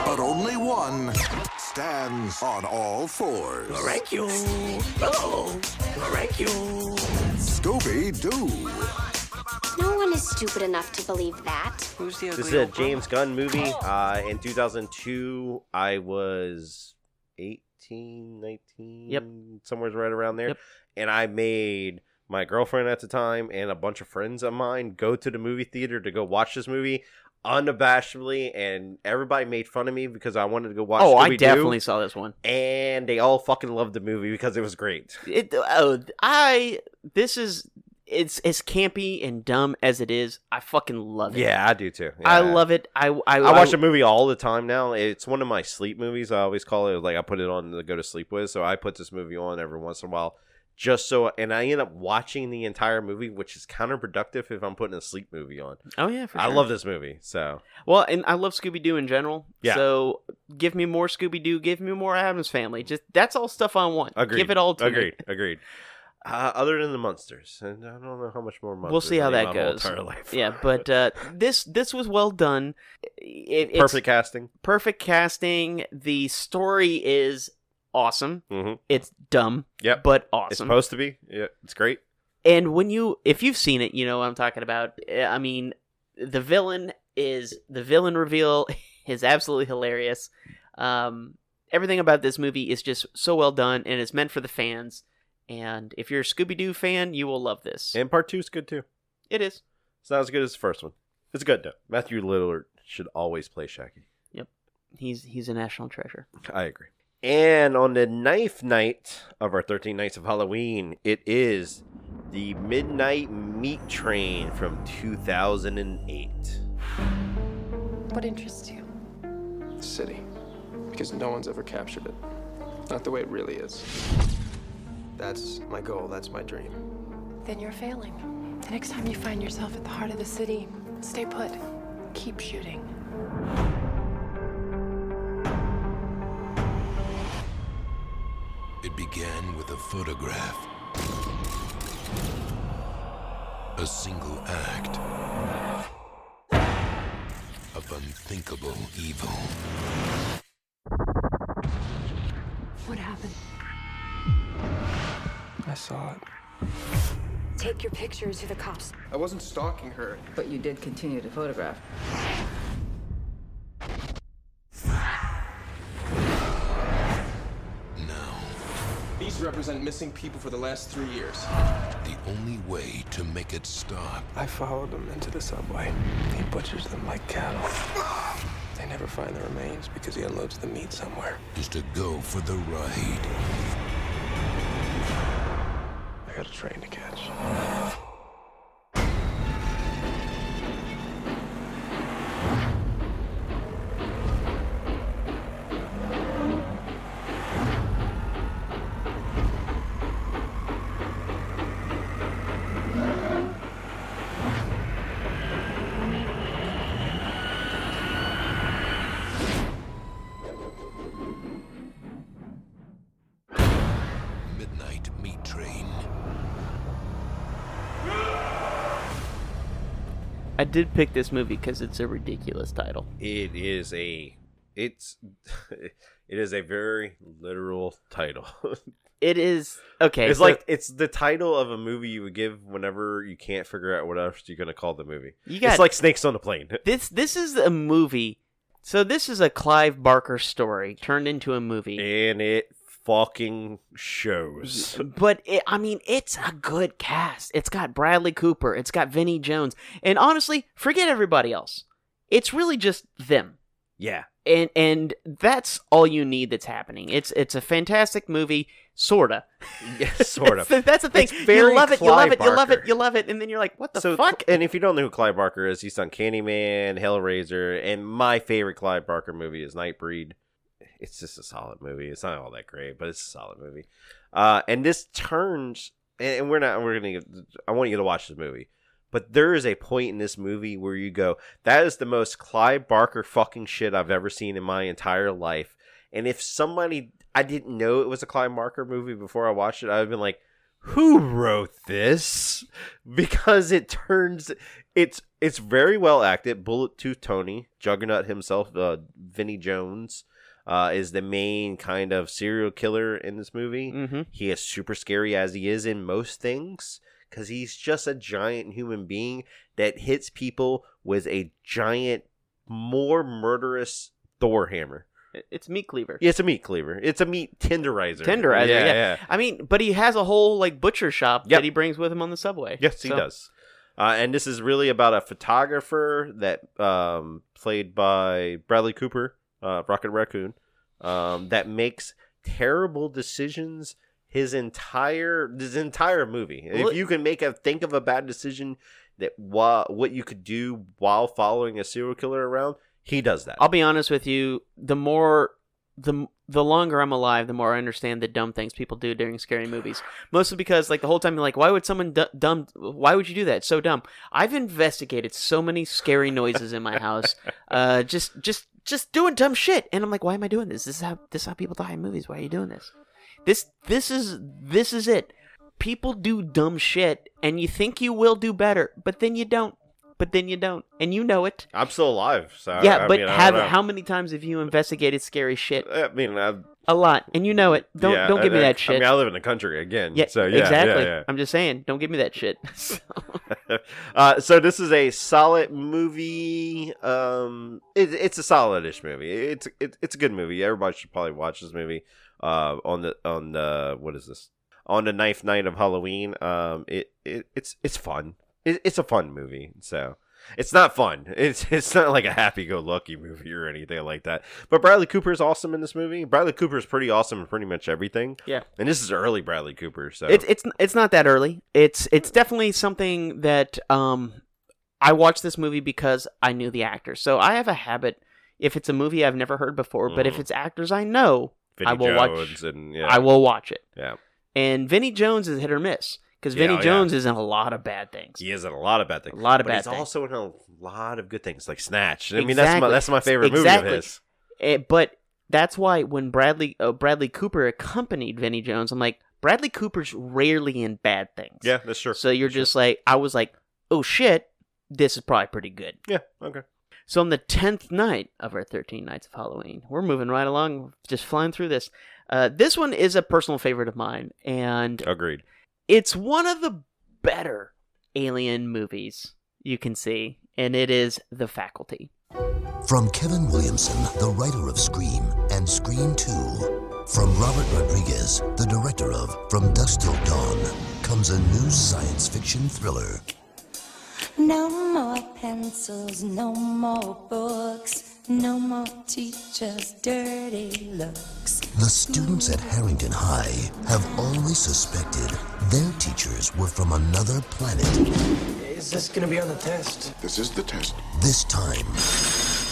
S7: but only one stands on all fours.
S11: Miraculous. Oh, miraculous.
S7: Scooby Doo.
S18: No one is stupid enough to believe that.
S11: Who's the
S2: This is a James Gunn movie. Uh, in 2002, I was 18, 19,
S3: Yep.
S2: somewhere right around there. And I made my girlfriend at the time and a bunch of friends of mine go to the movie theater to go watch this movie unabashedly. And everybody made fun of me because I wanted to go watch
S3: Oh, I
S2: Scooby-Doo,
S3: definitely saw this one.
S2: And they all fucking loved the movie because it was great.
S3: It oh I this is it's as campy and dumb as it is. I fucking love it.
S2: Yeah, I do too.
S3: I
S2: Yeah.
S3: love it. I I,
S2: I watch a movie all the time now. It's one of my sleep movies. I always call it like I put it on to go to sleep with. So I put this movie on every once in a while, just so. And I end up watching the entire movie, which is counterproductive if I'm putting a sleep movie on.
S3: Oh yeah, for
S2: I
S3: sure.
S2: love this movie. So
S3: Well, and I love Scooby Doo in general.
S2: Yeah.
S3: So give me more Scooby Doo. Give me more Adams Family. Just that's all stuff I want.
S2: agreed.
S3: Give it all to me.
S2: agreed. Agreed. Uh, other than the monsters, and I don't know how much more monsters.
S3: We'll see how
S2: I need
S3: that
S2: my whole
S3: goes.
S2: entire life.
S3: Yeah, but uh, this this was well done. It- it's-
S2: Perfect casting.
S3: Perfect casting. The story is awesome.
S2: Mhm.
S3: It's dumb.
S2: Yep.
S3: But awesome.
S2: It's supposed to be. Yeah, it's great.
S3: And when you, if you've seen it, you know what I'm talking about. Uh, I mean, the villain is the villain reveal is absolutely hilarious. Um, everything about this movie is just so well done, and it's meant for the fans. And if you're a Scooby Doo fan, you will love this.
S2: And part two is good too.
S3: It is.
S2: It's not as good as the first one. It's good though. Matthew Lillard should always play Shaggy.
S3: Yep, he's he's a national treasure.
S2: I agree. And on the ninth night of our 13 Nights of Halloween, it is the Midnight Meat Train from 2008.
S11: What interests you?
S21: City. Because no one's ever captured it. Not the way it really is. That's my goal. That's my dream.
S12: Then you're failing. The next time you find yourself at the heart of the city, stay put. Keep shooting.
S16: It began with a photograph. A single act of unthinkable evil.
S12: What happened?
S21: I saw it.
S24: Take your picture to the cops.
S21: I wasn't stalking her.
S24: But you did continue to photograph.
S21: These represent missing people for the last three years.
S16: The only way to make it stop
S21: I followed them into the subway. He butchers them like cattle. They never find the remains because he unloads the meat somewhere.
S16: is to go for the ride.
S17: I got a train to catch.
S16: Midnight Meat Train.
S3: I did pick this movie because it's a ridiculous title.
S2: It is a it's it is a very literal title.
S3: It is okay.
S2: it's
S3: so-
S2: like it's the title of a movie you would give whenever you can't figure out what else you're gonna call the movie.
S3: You got-
S2: it's like snakes on a plane.
S3: this this is a movie. So this is a Clive Barker story turned into a movie.
S2: And it fucking shows.
S3: But it, I mean, it's a good cast. It's got Bradley Cooper. It's got Vinnie Jones. And honestly, forget everybody else. It's really just them.
S2: Yeah.
S3: And and that's all you need that's happening. It's it's a fantastic movie, sorta.
S2: Yes, sort of.
S3: That's, that's the thing.
S2: It's
S3: You
S2: very
S3: love it. You
S2: Clive
S3: love it. You love
S2: Barker.
S3: it. You love it. And then you're like, what the
S2: so,
S3: fuck?
S2: and if you don't know who Clive Barker is, he's done Candyman, Hellraiser, and my favorite Clive Barker movie is Nightbreed. It's just a solid movie. It's not all that great, but it's a solid movie. Uh, and this turns, and and we're not, we're gonna. I want you to watch this movie, but there is a point in this movie where you go, "That is the most Clive Barker fucking shit I've ever seen in my entire life." And if somebody I didn't know it was a Clive Barker movie before I watched it, I've been like, who wrote this because it turns it's it's very well acted bullet tooth tony juggernaut himself uh vinnie jones uh, is the main kind of serial killer in this movie
S3: Mhm.
S2: he is super scary as he is in most things because he's just a giant human being that hits people with a giant more murderous thor hammer
S3: It's meat cleaver.
S2: yeah, it's a meat cleaver it's a meat tenderizer
S3: Tenderizer. Yeah, I mean, but he has a whole like butcher shop
S2: Yep.
S3: that he brings with him on the subway.
S2: Yes, he
S3: So-
S2: does. Uh, and this is really about a photographer that um, played by Bradley Cooper, uh, Rocket Raccoon, um, that makes terrible decisions his entire his entire movie.
S3: Well-
S2: if you can make a think of a bad decision that wha- what you could do while following a serial killer around, he does that.
S3: I'll be honest with you. The more the the longer I'm alive, the more I understand the dumb things people do during scary movies. Mostly because like the whole time you're like, why would someone d- dumb? Why would you do that? It's so dumb. I've investigated so many scary noises in my house. Uh, just just just doing dumb shit, and I'm like, why am I doing this? This is how this is how people die in movies. Why are you doing this? This this is this is it. People do dumb shit, and you think you will do better, but then you don't. But then you don't, and you know it.
S2: I'm still alive, so I-
S3: yeah,
S2: I
S3: but
S2: mean, I don't
S3: have
S2: know.
S3: how many times have you investigated scary shit?
S2: I mean, I-
S3: A lot, and you know it. Don't
S2: yeah,
S3: don't give
S2: I-
S3: me
S2: I-
S3: that shit.
S2: I mean, I live in the country again,
S3: yeah,
S2: so yeah, yeah,
S3: exactly.
S2: yeah.
S3: I'm just saying, don't give me that shit. So-
S2: uh, so this is a solid movie. Um, it, it's a solidish movie. It's it, it's a good movie. Everybody should probably watch this movie. Uh, on the on the what is this? On the ninth night of Halloween. Um, it, it it's it's fun. It, it's a fun movie. So. It's not fun. It's it's not like a happy-go-lucky movie or anything like that. But Bradley Cooper is awesome in this movie. Bradley Cooper is pretty awesome in pretty much everything.
S3: Yeah.
S2: and this is early Bradley Cooper. So
S3: It's it's it's not that early. It's it's definitely something that um I watched this movie because I knew the actor. So I have a habit if it's a movie I've never heard before, but if
S2: Mhm.
S3: it's actors I know, I
S2: Vinnie
S3: will
S2: Jones
S3: watch
S2: and- yeah.
S3: I will watch it.
S2: Yeah.
S3: And Vinnie Jones is hit or miss because
S2: Yeah,
S3: Vinnie
S2: oh, yeah.
S3: Jones is in a lot of bad things.
S2: He is in a lot of bad things. A
S3: lot of
S2: but
S3: bad
S2: he's
S3: things.
S2: also in a lot of good things, like Snatch. I mean, that's my that's my favorite movie of his.
S3: Eh, but that's why when Bradley uh, Bradley Cooper accompanied Vinnie Jones, I'm like Bradley Cooper's rarely in bad things.
S2: Yeah, that's true.
S3: So you're just like I was like, oh shit, this is probably pretty good.
S2: Yeah. Okay.
S3: So on the tenth night of our thirteen nights of Halloween, we're moving right along, just flying through this. Uh, this one is a personal favorite of mine, and
S2: Agreed.
S3: it's one of the better alien movies you can see, and it is The Faculty.
S4: From Kevin Williamson, the writer of Scream and Scream 2, from Robert Rodriguez, the director of From Dusk Till Dawn, comes a new science fiction thriller
S8: No more pencils, no more books, No more teachers' dirty looks.
S4: The students at Harrington High have always suspected their teachers were from another planet.
S21: Is this gonna be on the test?
S10: This is the test.
S4: This time,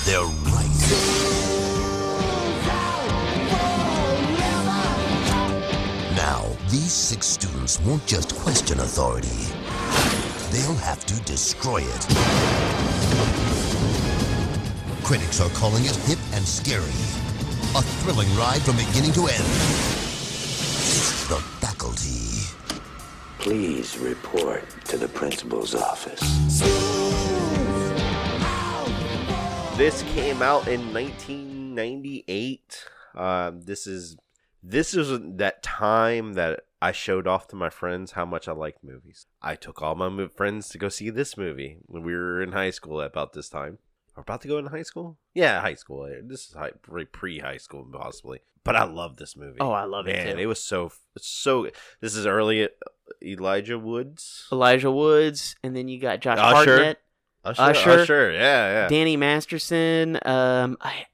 S4: they're right. Now, these six students won't just question authority, they'll have to destroy it. Critics are calling it hip and scary. A thrilling ride from beginning to end. The faculty.
S14: Please report to the principal's office.
S2: This came out in 1998. Uh, this is this is that time that I showed off to my friends how much I liked movies. I took all my mo- friends to go see this movie when we were in high school at about this time. We're about to go in high school? Yeah, high school. Uh, This is high, pre high school, possibly. But I love this movie.
S3: Oh, I love
S2: Man,
S3: it too.
S2: It was so so. This is early uh, Elijah Woods.
S3: Elijah Woods, and then you got Josh
S2: Usher.
S3: Hartnett,
S2: Usher,
S3: Usher.
S2: Usher, yeah, yeah.
S3: Danny Masterson, um, I,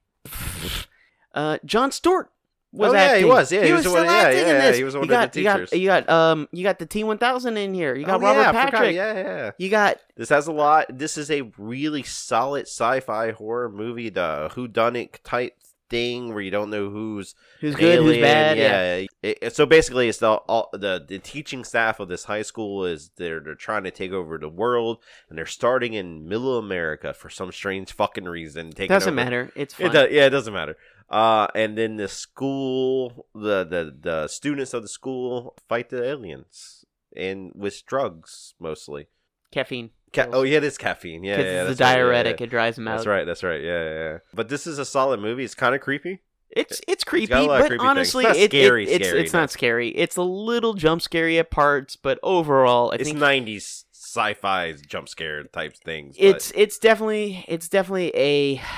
S3: uh, John Stewart was
S2: Oh, yeah, he
S3: acting.
S2: was. Yeah,
S3: he,
S2: he
S3: was
S2: was the
S3: still
S2: one- yeah,
S3: acting in
S2: yeah,
S3: this.
S2: he was one
S3: you
S2: of the
S3: got, you got-
S2: teachers.
S3: You got, um, you got the T one thousand in here. You got
S2: Oh,
S3: Robert
S2: yeah, I forgot.
S3: Patrick.
S2: Yeah, yeah.
S3: You got
S2: This has a lot. This is a really solid sci-fi horror movie, the whodunit type thing where you don't know who's
S3: Who's
S2: an
S3: good, who's bad,
S2: It- it- so basically, it's the all, the the teaching staff of this high school is they're they're trying to take over the world, and they're starting in Middle America for some strange fucking reason. Taking
S3: Doesn't
S2: over-
S3: matter. It's
S2: It
S3: fun.
S2: does, yeah, it doesn't matter. Uh, and then the school, the, the the students of the school fight the aliens and with drugs mostly.
S3: caffeine.
S2: Ca- oh yeah, it is caffeine. Yeah,
S3: 'Cause
S2: yeah,
S3: it's
S2: that's
S3: a
S2: right, yeah,
S3: diuretic,
S2: yeah.
S3: it dries 'em
S2: That's
S3: out.
S2: right. That's right. Yeah, yeah. yeah. But this is a solid movie. It's kind of creepy.
S3: It's it's creepy,
S2: got a lot of
S3: but
S2: creepy things.
S3: honestly,
S2: It's not
S3: it- it-
S2: scary,
S3: it's
S2: scary,
S3: it's not scary. It's a little jump scary at parts, but overall, I
S2: it's
S3: think
S2: '90s sci-fi jump scare type things. but-
S3: it's it's definitely it's definitely a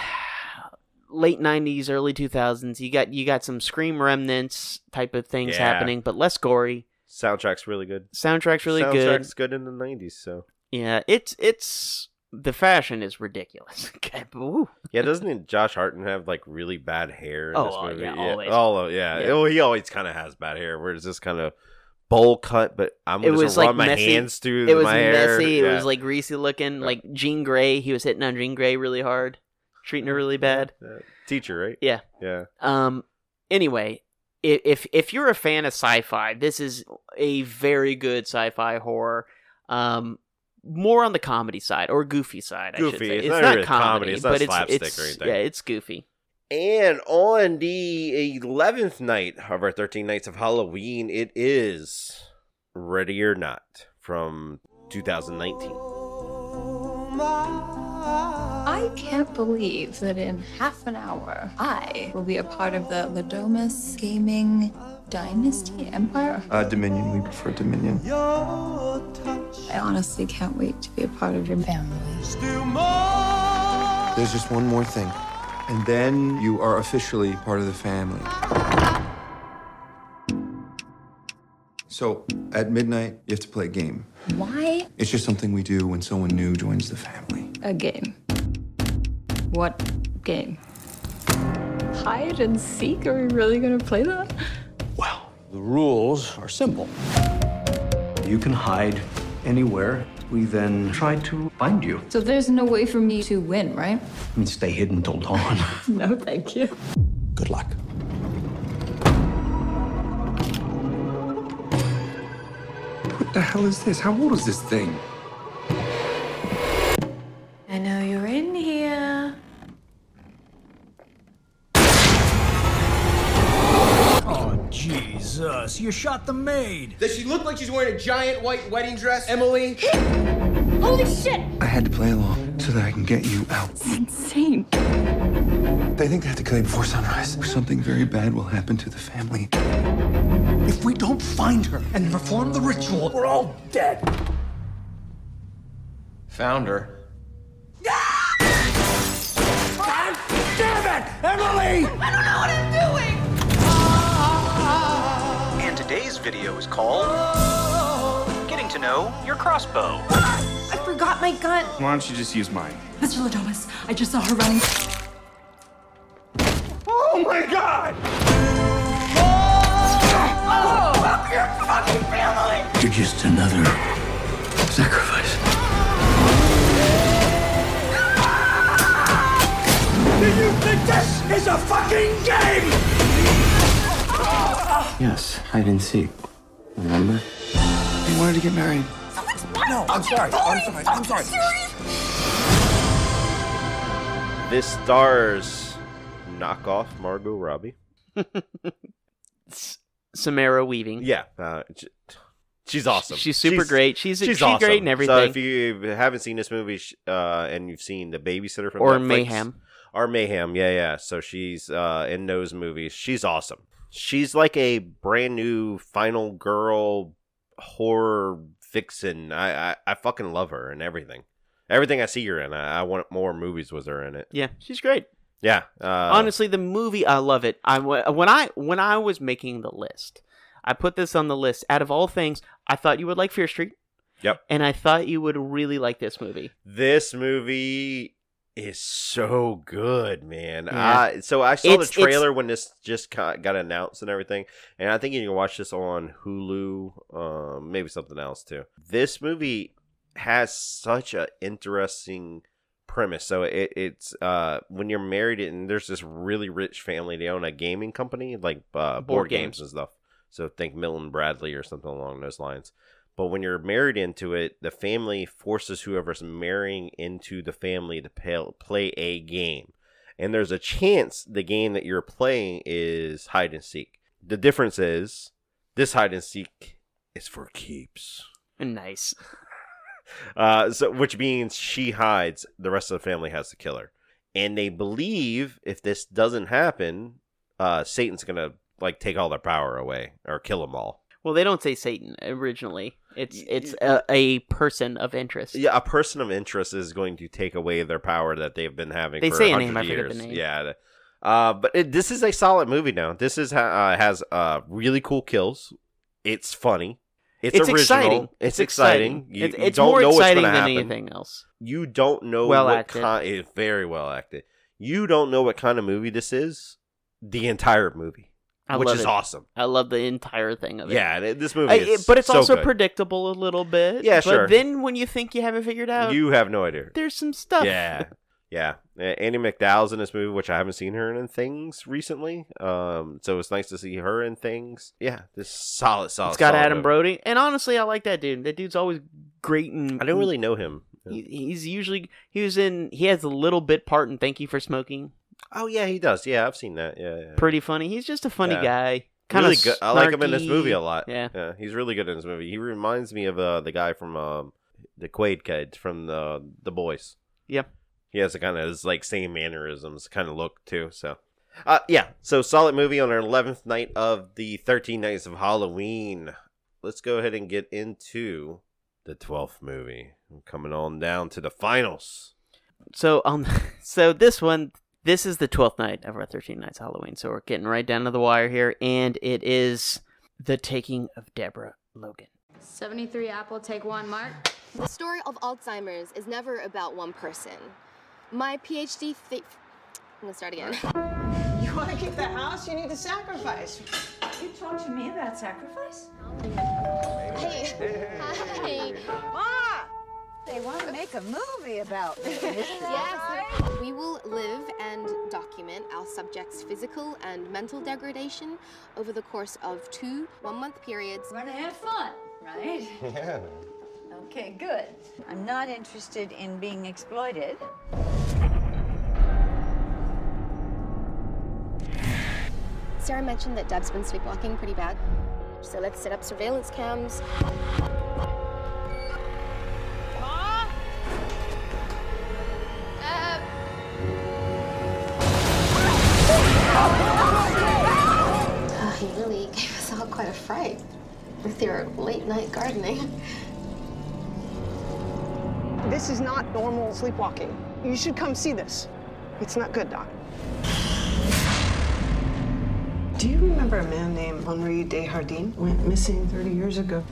S3: late 90s early 2000s you got you got some scream remnants type of things
S2: Yeah.
S3: happening but less gory
S2: soundtrack's really good.
S3: soundtrack's really
S2: soundtrack's
S3: good
S2: good in the '90s. So
S3: yeah it's it's the fashion is ridiculous Okay, but ooh.
S2: yeah, doesn't Josh Harton have like really bad hair? In
S3: Oh,
S2: this
S3: uh,
S2: movie?
S3: yeah, always.
S2: All of, yeah.
S3: Yeah.
S2: Oh, he always kind of has bad hair. Whereas this kind of bowl cut, but I'm
S3: it
S2: gonna
S3: was
S2: just
S3: like
S2: run my
S3: messy.
S2: hands through
S3: it was
S2: my hair.
S3: messy it
S2: Yeah.
S3: was like greasy looking like jean gray he was hitting on jean gray really hard treating her
S2: Mm-hmm.
S3: really bad
S2: Yeah. teacher, right?
S3: yeah
S2: yeah.
S3: Um. Anyway, i- if if you're a fan of sci-fi, this is a very good sci-fi horror. Um, more on the comedy side or goofy side. I should
S2: Goofy.
S3: say.
S2: It's
S3: It's,
S2: not
S3: not
S2: really
S3: comedy,
S2: comedy. It's not
S3: but it's,
S2: slapstick
S3: it's
S2: or anything.
S3: yeah, it's goofy.
S2: And on the 11th night of our 13 nights of Halloween, it is Ready or Not from 2019.
S8: I can't believe that in half an hour, I will be a part of the Ladomus Gaming Dynasty Empire.
S21: Uh, Dominion. We prefer Dominion.
S8: I honestly can't wait to be a part of your family.
S21: There's just one more thing. And then you are officially part of the family. So at midnight, you have to play a game.
S8: Why
S21: It's just something we do when someone new joins the family.
S8: a game? What game? Hide and seek? Are we really gonna play that?
S15: The rules are simple. You can hide anywhere. We then try to find you.
S8: So there's no way for me to win, right?
S15: I mean, stay hidden till dawn.
S8: No, thank you.
S15: Good luck.
S21: What the hell is this? How old is this thing?
S12: I know you're in here.
S25: Oh, Jesus. You shot the maid.
S26: Does she look like she's wearing a giant white wedding dress, Emily? Holy shit!
S21: I had to play along so that I can get you out.
S8: Insane.
S21: They think they have to kill you before sunrise, or something very bad will happen to the family.
S25: If we don't find her and perform the ritual, we're all dead.
S21: Found her.
S25: God damn it, Emily! I don't know what I'm doing!
S27: And today's video is called Getting to Know Your Crossbow.
S12: I forgot my gun.
S21: Why don't you just use mine?
S12: Mr. Ladomus, I just saw her running.
S13: Oh my god!
S11: Oh, fuck your fucking family!
S14: You're just another sacrifice.
S13: Do you think this is a fucking game?
S21: Yes, hide and seek. Remember? He wanted to get married.
S11: No,
S21: I'm sorry. I'm sorry. I'm sorry.
S2: This stars knockoff Margot Robbie.
S3: Samara Weaving.
S2: Yeah, uh, j- she's awesome.
S3: She's super great. She's- she's great in everything.
S2: So if you haven't seen this movie sh- uh, and you've seen The Babysitter from
S3: Or
S2: Netflix-
S3: Mayhem.
S2: or Mayhem, yeah, yeah. So she's uh, in those movies. She's awesome. She's like a brand new final girl horror vixen. I I, I fucking love her and everything. Everything I see her in, I, I want more movies with her in it.
S3: Yeah, she's great.
S2: Yeah. Uh,
S3: Honestly, the movie I love it. I wa- when I when I was making the list, I put this on the list. Out of all things, I thought you would like Fear Street,
S2: Yep.
S3: and I thought you would really like this movie.
S2: This movie is so good, man.
S3: Yeah.
S2: I- so I saw
S3: It's-
S2: the trailer when this just ca- got announced and everything, and I think you can watch this on Hulu, um, maybe something else too. This movie has such a interesting premise. So it, it's uh, when you're married and there's this really rich family, they own a gaming company like uh, board,
S3: Board
S2: games
S3: games.
S2: and stuff. So think Milton Bradley or something along those lines. But when you're married into it, the family forces whoever's marrying into the family to pay, play a game. And there's a chance the game that you're playing is hide and seek. The difference is this hide and seek is for keeps.
S3: Nice.
S2: Uh, so which means she hides, the rest of the family has to kill her. And they believe if this doesn't happen, uh, Satan's gonna like take all their power away or kill them all.
S3: Well, they don't say Satan originally. It's it's a, a person of interest.
S2: Yeah, a person of interest is going to take away their power that they've been having.
S3: They
S2: for
S3: say a
S2: 100
S3: name, I forget
S2: years.
S3: the name.
S2: Yeah, the- uh, but it, this is a solid movie. Now, this is ha- uh, has uh, really cool kills. It's funny. It's,
S3: It's
S2: original.
S3: exciting.
S2: It's,
S3: It's
S2: exciting.
S3: exciting.
S2: You,
S3: It's-
S2: you
S3: it's
S2: don't
S3: more
S2: know what's
S3: exciting
S2: gonna
S3: than
S2: happen.
S3: anything else.
S2: You don't know
S3: Well
S2: what
S3: acted.
S2: kind. It's very well acted. You don't know what kind of movie this is. The entire movie,
S3: I
S2: which
S3: love
S2: is
S3: it.
S2: awesome.
S3: I love the entire thing of it.
S2: Yeah, th- this movie
S3: I-
S2: is
S3: but it's
S2: so
S3: also
S2: good.
S3: predictable a little bit.
S2: Yeah,
S3: but
S2: sure.
S3: Then when you think you haven't figured out,
S2: You have no idea.
S3: there's some uh, stuff.
S2: Yeah, yeah. Uh, Annie McDowell's in this movie, which I haven't seen her in things recently. Um, so it's nice to see her in things. Yeah, this solid, solid.
S3: it's got
S2: solid
S3: Adam
S2: movie.
S3: Brody, and honestly, I like that dude. That dude's always great and
S2: I don't really know him.
S3: he- He's usually he was in he has a little bit part in Thank You for Smoking.
S2: Oh yeah, he does. Yeah, I've seen that. Yeah, yeah.
S3: Pretty funny. He's just a funny
S2: Yeah.
S3: guy. Kind
S2: really
S3: of
S2: good. I like him in this
S3: snarky.
S2: movie a lot.
S3: Yeah.
S2: he's really good in this movie. He reminds me of uh, the guy from um, the Quaid kid from the the Boys.
S3: Yep.
S2: He has a kind of his like same mannerisms, kind of look too. So, uh, yeah. So solid movie on our eleventh night of the thirteen nights of Halloween. Let's go ahead and get into the twelfth movie. We're coming on down to the finals.
S3: So um, so this one, this is the twelfth night of our thirteen nights Halloween. So we're getting right down to the wire here, and it is the taking of Deborah Logan.
S5: 73 Apple, take one, Mark.
S6: The story of Alzheimer's is never about one person. My PhD thief. I'm gonna start again.
S11: You want to keep the house? You need to sacrifice. You talk to me about sacrifice?
S6: Hey. Hi.
S11: Ma! They want to make a movie about me.
S6: Yes. We will live and document our subjects' physical and mental degradation over the course of two one-month periods. We're gonna have fun,
S11: right?
S6: Yeah.
S11: Okay, good. I'm not interested in being exploited.
S6: Sarah mentioned that Deb's been sleepwalking pretty bad. So let's set up surveillance cams. Oh, he really gave us all quite a fright with your late night gardening.
S11: This is not normal sleepwalking. You should come see this. It's not good, Doc. Do you remember a man named Henri Desjardins went missing 30 years ago?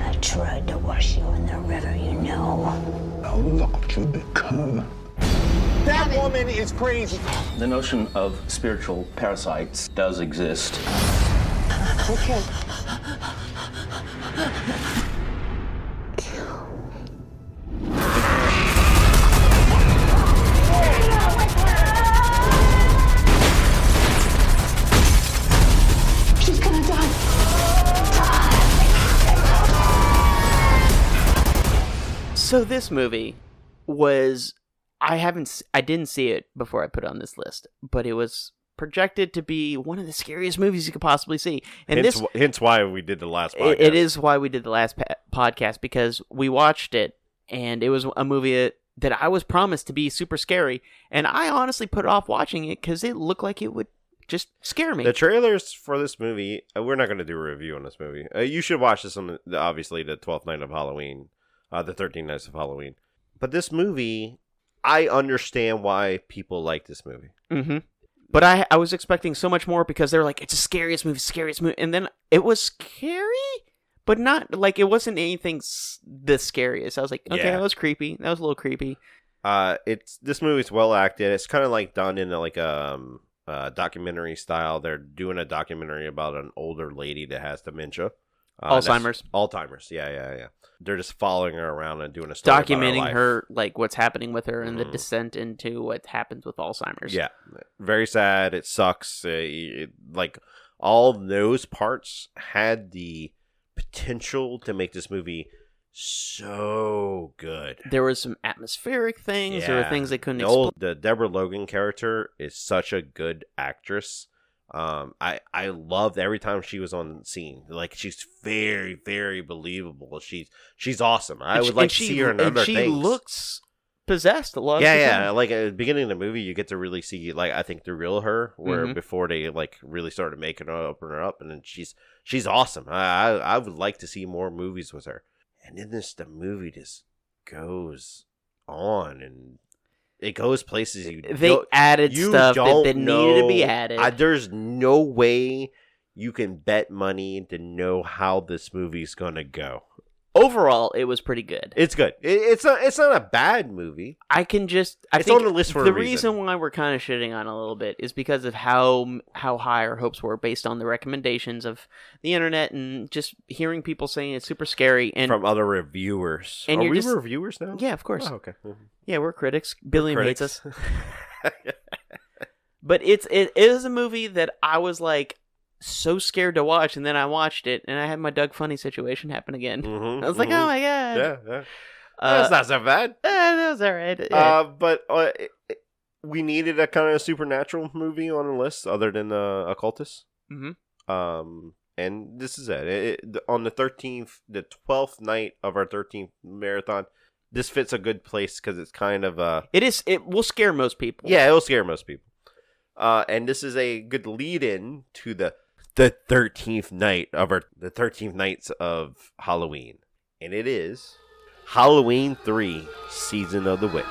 S11: I tried to wash you in the river, you know.
S10: A lot to become.
S13: That woman is crazy.
S14: The notion of spiritual parasites does exist.
S13: Okay.
S18: She's gonna die.
S3: So this movie was I haven't s- I didn't see it before I put it on this list, but it was projected to be one of the scariest movies you could possibly see. And
S2: hence,
S3: this
S2: wh- hence why we did the last podcast.
S3: it- it is why we did the last pa- podcast because we watched it and it was a movie that, that I was promised to be super scary and I honestly put off watching it cuz it looked like it would just scare me.
S2: The trailers for this movie. Uh, we're not going to do a review on this movie. Uh, you should watch this on the, obviously the twelfth night of Halloween, uh, the thirteenth nights of Halloween. But this movie, I understand why people like this movie.
S3: Mm-hmm. But I I was expecting so much more because they were like, it's the scariest movie, scariest movie, and then it was scary, but not like it wasn't anything s- the scariest. I was like, okay,
S2: Yeah.
S3: that was creepy. That was a little creepy.
S2: Uh, it's this movie's well acted. It's kind of like done in like a um, uh, documentary style. They're doing a documentary about an older lady that has dementia. Uh, that's-
S3: Alzheimer's.
S2: Alzheimer's. Yeah, yeah, yeah. They're just following her around and doing a story about her
S3: Documenting
S2: life.
S3: her, like what's happening with her and the
S2: Mhm.
S3: descent into what happens with Alzheimer's.
S2: Yeah, very sad. It sucks. Uh, it, like all those parts had the potential to make this movie so good.
S3: There was some atmospheric things. There were
S2: Yeah.
S3: things they couldn't
S2: The,
S3: explain.
S2: old- the Deborah Logan character is such a good actress. Um, I I loved every time she was on scene. Like she's very very believable. She's she's awesome. I
S3: And
S2: would
S3: she-
S2: like
S3: and
S2: to
S3: she-
S2: see her in
S3: and
S2: other
S3: she
S2: things.
S3: looks possessed a lot. of
S2: yeah
S3: the
S2: yeah
S3: time.
S2: like at the beginning of the movie you get to really see like i think the real her where
S3: Mhm.
S2: before they like really started making her open her up and then she's she's awesome I, I i would like to see more movies with her and then this the movie just goes on and it goes places you
S3: They
S2: don't-
S3: added stuff that-
S2: don't
S3: that needed to be
S2: know-
S3: added.
S2: I- there's no way you can bet money to know how this movie's gonna go
S3: Overall, it was pretty good.
S2: it's good it, it's not it's not a bad movie
S3: I can just. I
S2: It's
S3: think
S2: on the list for a
S3: the
S2: reason.
S3: why we're kind of shitting on it a little bit is because of how how high our hopes were based on the recommendations of the internet and just hearing people saying it's super scary and
S2: from other reviewers
S3: and
S2: Are
S3: you're
S2: we
S3: just-
S2: reviewers now
S3: Yeah, of course.
S2: Oh, okay Mhm.
S3: Yeah, we're critics. Billion hates
S2: Critics.
S3: us. but it's it is a movie that I was like so scared to watch, and then I watched it, and I had my Doug Funny situation happen again.
S2: Mhm,
S3: I was like,
S2: mhm.
S3: oh my god,
S2: Yeah, yeah.
S3: Uh,
S2: That's not so bad.
S3: eh, that was all right. Yeah.
S2: Uh, but uh, it- it- we needed a kind of supernatural movie on the list other than uh, Occultus.
S3: Mhm.
S2: Um, and this is it. It- it- th- on the 13th, the 12th night of our 13th marathon, this fits a good place because it's kind of uh,
S3: it is. It will scare most people.
S2: yeah, it'll scare most people. Uh, and this is a good lead in to the the 13th night of our the 13th nights of Halloween. And it is Halloween 3 Season of the Witch.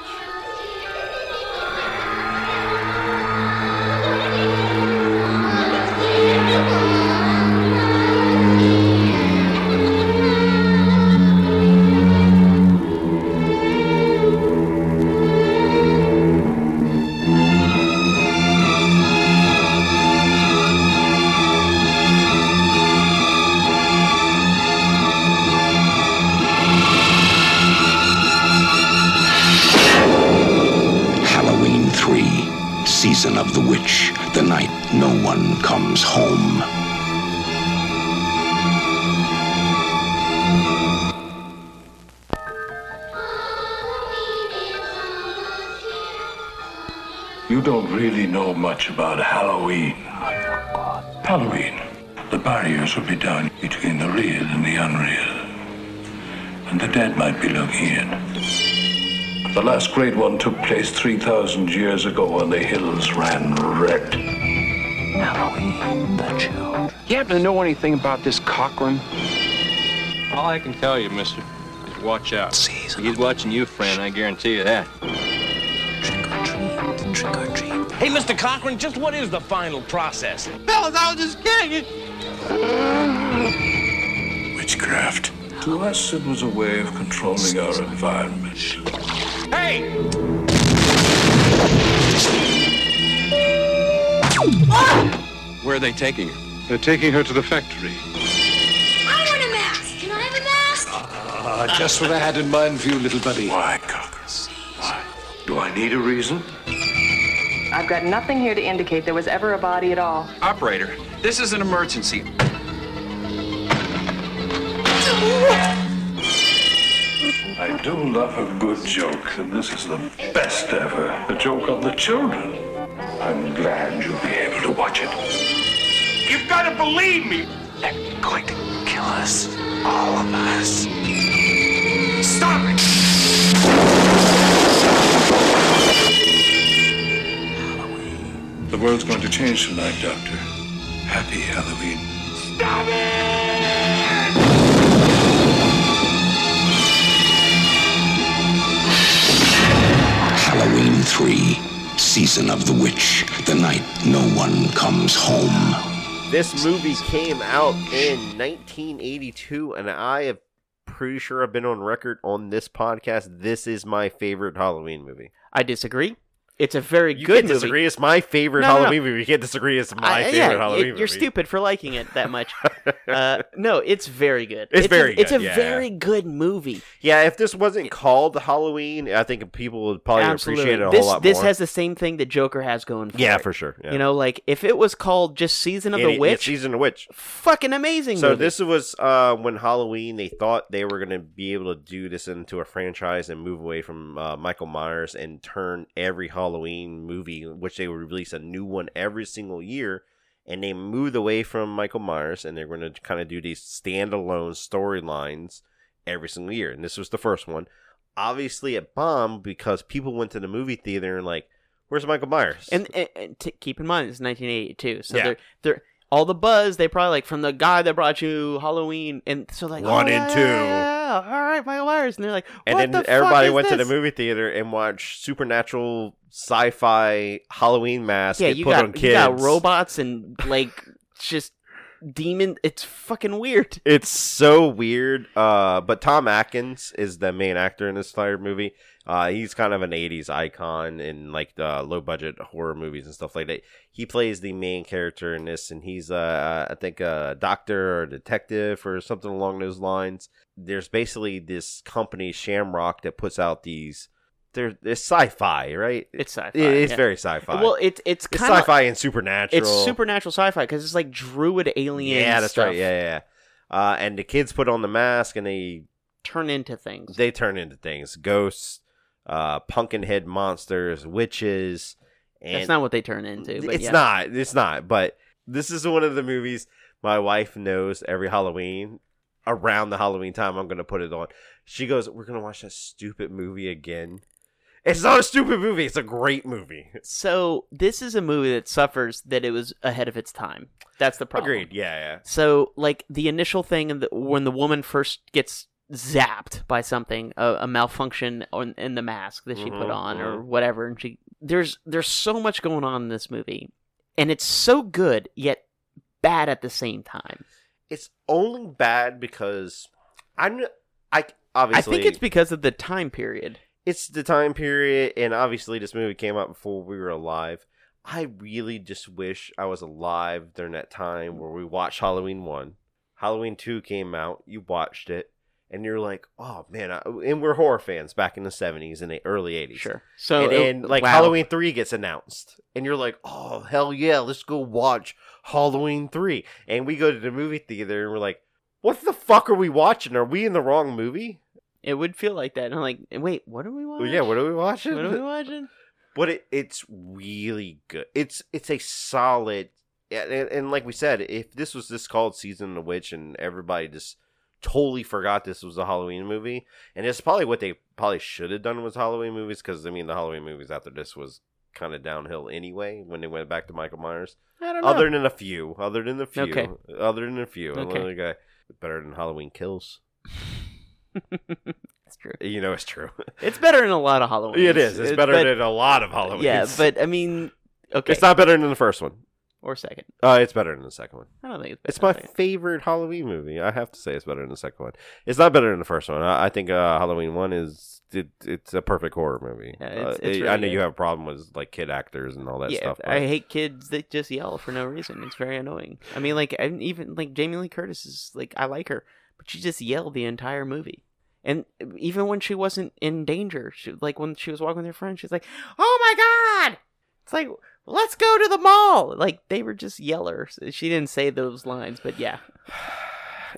S1: Halloween 3, Season of the Witch, the night no one comes home.
S9: You don't really know much about Halloween. Halloween. The barriers will be down between the real and the unreal. And the dead might be looking in. The last great one took place 3,000 years ago when the hills ran red. Halloween, the chill.
S21: You happen to know anything about this Cochrane?
S10: All I can tell you, mister, is watch out. He's watching you, friend, I guarantee you that. Trick or treat. Hey, Mr. Cochran, just what is the final process?
S13: Fellas, I was just kidding.
S9: Witchcraft. To us, it was a way of controlling our environment.
S10: Hey! Where are they taking her?
S7: They're taking her to the factory.
S18: I want a mask! Can I have a mask?
S7: Ah, just what I had in mind for you, little buddy.
S9: Why, Cocker? Why? Do I need a reason?
S17: I've got nothing here to indicate there was ever a body at all.
S27: Operator, this is an emergency.
S9: I do love a good joke, and this is the best ever. A joke on the children. I'm glad you'll be able to watch it.
S13: You've got to believe me.
S27: They're going to kill us. All of us. Stop it!
S9: The world's going to change tonight, Doctor. Happy Halloween.
S13: Stop it!
S1: Halloween 3 Season of the Witch, the night no one comes home.
S2: This movie came out in 1982, and I am pretty sure I've been on record on this podcast. This is my favorite Halloween movie.
S3: I disagree. It's a very
S2: You
S3: good
S2: can't
S3: movie.
S2: disagree. It's my favorite
S3: No, no, no.
S2: Halloween movie. You can't disagree. It's my
S3: I-
S2: favorite
S3: yeah,
S2: Halloween
S3: it-
S2: movie.
S3: You're stupid for liking it that much. uh, no, it's very good.
S2: It's very
S3: a, It's a
S2: good, yeah.
S3: very good movie.
S2: Yeah, if this wasn't called Halloween, I think people would probably
S3: Absolutely.
S2: Oh, appreciate it a
S3: this,
S2: whole lot
S3: this
S2: more.
S3: has the same thing that Joker has going for
S2: Yeah,
S3: it.
S2: for sure, yeah.
S3: You know, like if it was called just Season of
S2: It-
S3: the
S2: it's
S3: Witch,
S2: Season of the Witch.
S3: fucking amazing
S2: So
S3: movie.
S2: this was uh, when Halloween they thought they were going to be able to do this into a franchise and move away from uh, Michael Myers and turn every Halloween movie, which they would release a new one every single year, and they moved away from Michael Myers and they're going to kind of do these standalone storylines every single year. And this was the first one. Obviously, it bombed because people went to the movie theater and like, "Where's Michael Myers?"
S3: and, and, and t- keep in mind it's 1982, so
S2: Yeah.
S3: they're they're all the buzz they probably like from the guy that brought you Halloween, and so like
S2: One and
S3: oh, yeah,
S2: two.
S3: yeah, yeah, yeah, all right, Michael Myers, and they're like,
S2: and
S3: what
S2: then
S3: the fuck
S2: everybody
S3: is
S2: went to
S3: this?
S2: the movie theater and watched supernatural sci-fi Halloween mask.
S3: Yeah,
S2: get
S3: you
S2: put
S3: got
S2: on kids.
S3: you got robots and like just demon. It's fucking weird.
S2: It's so weird. Uh, but Tom Atkins is the main actor in this entire movie. Uh, he's kind of an '80s icon in like the low-budget horror movies and stuff like that. He plays the main character in this, and he's uh, I think a doctor or detective or something along those lines. There's basically this company Shamrock that puts out these. They're, it's sci-fi, right?
S3: It's sci-fi.
S2: it's
S3: yeah.
S2: very sci-fi.
S3: Well, it's it's
S2: It's
S3: kind of
S2: sci-fi and supernatural.
S3: It's supernatural sci-fi because it's like druid alien.
S2: Yeah, that's
S3: stuff
S2: right. Yeah, yeah. yeah. Uh, and the kids put on the mask and they
S3: turn into things.
S2: they turn into things: ghosts, uh, pumpkin head monsters, witches. And
S3: That's not what they turn into. But
S2: it's
S3: yeah.
S2: not. It's not. But this is one of the movies my wife knows every Halloween. Around the Halloween time, I'm gonna put it on. She goes, "We're gonna watch that stupid movie again." It's not a stupid movie. It's a great movie.
S3: So this is a movie that suffers that it was ahead of its time. That's the problem.
S2: Agreed. Yeah, yeah.
S3: So like the initial thing in the, when the woman first gets zapped by something, a, a malfunction on, in the mask that she put
S2: Mhm,
S3: on or
S2: mhm.
S3: whatever, and she there's there's so much going on in this movie, and it's so good yet bad at the same time.
S2: It's only bad because I'm I obviously
S3: I think it's because of the time period.
S2: it's the time period, and obviously this movie came out before we were alive. I really just wish I was alive during that time where we watched Halloween one, Halloween two came out. You watched it, and you're like, oh man, I, and we're horror fans back in the '70s and the early '80s.
S3: Sure. So
S2: and,
S3: it-
S2: then, like
S3: wow.
S2: Halloween three gets announced, and you're like, oh hell yeah, let's go watch Halloween three. And we go to the movie theater, and we're like, what the fuck are we watching? Are we in the wrong movie?
S3: It would feel like that. And I'm like, wait, what are we
S2: Well,
S3: watching?
S2: yeah, what are we watching?
S3: What are we watching?
S2: but it, it's really good. It's it's a solid, yeah, and, and like we said, if this was just called Season of the Witch and everybody just totally forgot this was a Halloween movie, and it's probably what they probably should have done was Halloween movies because I mean the Halloween movies after this was kind of downhill anyway when they went back to Michael Myers.
S3: I don't know.
S2: Other than a few, other than a few,
S3: Okay.
S2: other than a few,
S3: Okay.
S2: another guy better than Halloween Kills.
S3: It's true.
S2: You know it's true.
S3: It's better in a lot of Halloween.
S2: It is. It's better than a lot of Halloweens.
S3: Yeah, but I mean, okay.
S2: It's not better than the first one.
S3: or second.
S2: Uh, it's better than the second one.
S3: I don't think it's better.
S2: It's my favorite Halloween movie. I have to say it's better than the second one. It's not better than the first one. I, I think uh, Halloween one is it, it's a perfect horror movie.
S3: Yeah,
S2: Uh,
S3: it's- it's
S2: it- I
S3: really
S2: know you
S3: good.
S2: have a problem with like kid actors and all that
S3: yeah,
S2: stuff. but-
S3: I hate kids that just yell for no reason. It's very annoying. I mean, like I even like Jamie Lee Curtis is like I like her, but she just yelled the entire movie. And even when she wasn't in danger, she like when she was walking with her friend, she's like, "Oh my god!" It's like, "Let's go to the mall." Like they were just yellers. She didn't say those lines, but yeah,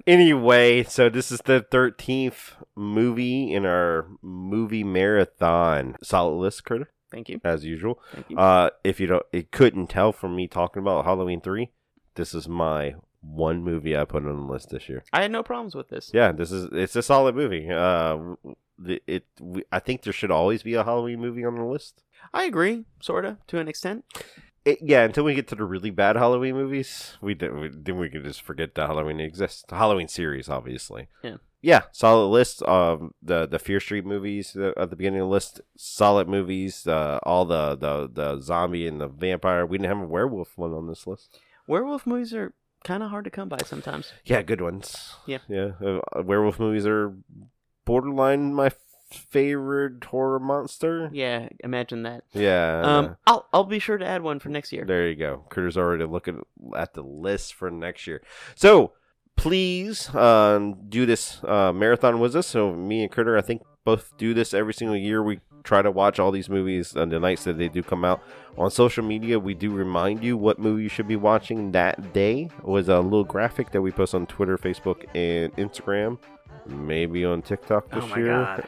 S2: anyway, so this is the thirteenth movie in our movie marathon. Solid list, Critter.
S3: Thank you.
S2: As usual.
S3: Thank you.
S2: Uh, if you don't, it couldn't tell from me talking about Halloween three. This is my one movie I put on the list this year.
S3: I had no problems with this.
S2: Yeah, this is it's a solid movie. Uh, w- the- it we, I think there should always be a Halloween movie on the list.
S3: I agree, sorta, to an extent.
S2: It, yeah, until we get to the really bad Halloween movies, we, do, we then we can just forget that Halloween exists. The Halloween series, obviously.
S3: Yeah.
S2: Yeah, solid list. Um, the the Fear Street movies uh, at the beginning of the list, solid movies. Uh, all the, the the zombie and the vampire. We didn't have a werewolf one on this list.
S3: Werewolf movies are kind of hard to come by sometimes.
S2: Yeah, good ones.
S3: Yeah.
S2: yeah. Uh, werewolf movies are borderline my favorite horror monster.
S3: Yeah, imagine that.
S2: Yeah.
S3: Um, I'll I'll be sure to add one for next year.
S2: Uh, There you go. Critter's already looking at the list for next year. So please um, do this uh, marathon with us. So me and Critter, I think both do this every single year. We try to watch all these movies on the nights that they do come out. On social media, we do remind you what movie you should be watching that day. It was a little graphic that we post on Twitter, Facebook, and Instagram. Maybe on TikTok
S3: Oh
S2: this
S3: my
S2: year.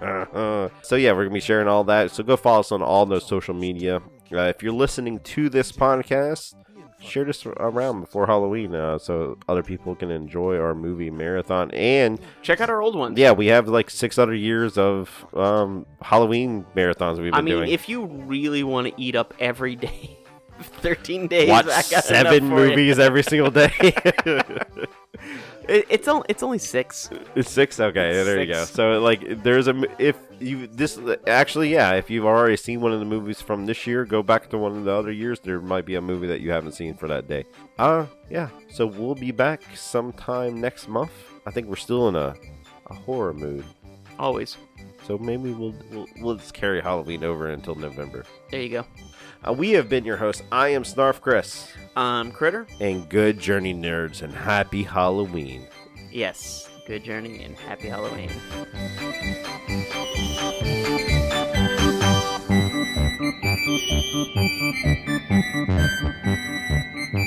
S3: God.
S2: so yeah, we're gonna be sharing all that. So go follow us on all those social media. Uh, if you're listening to this podcast, share this around before Halloween, uh, so other people can enjoy our movie marathon. And
S3: Check out our old ones.
S2: yeah, we have like six other years of um, Halloween marathons we've been
S3: I mean,
S2: doing.
S3: if you really want to eat up every day, thirteen days,
S2: Watch
S3: I got
S2: seven
S3: enough for you.
S2: movies every single day.
S3: It, it's only it's only six.
S2: It's six. Okay,
S3: It's
S2: there you go.
S3: six.
S2: So like, there's a m- if you this actually yeah, if you've already seen one of the movies from this year, go back to one of the other years. There might be a movie that you haven't seen for that day. Uh yeah. So we'll be back sometime next month. I think we're still in a, a horror mood.
S3: Always.
S2: So maybe we'll we'll, we'll just carry Halloween over until November.
S3: There you go.
S2: Uh, we have been your hosts. I am Snarf Chris.
S3: Um, Critter.
S2: And good journey, nerds, and happy Halloween.
S3: Yes. Good journey and happy Halloween.
S4: Thank you.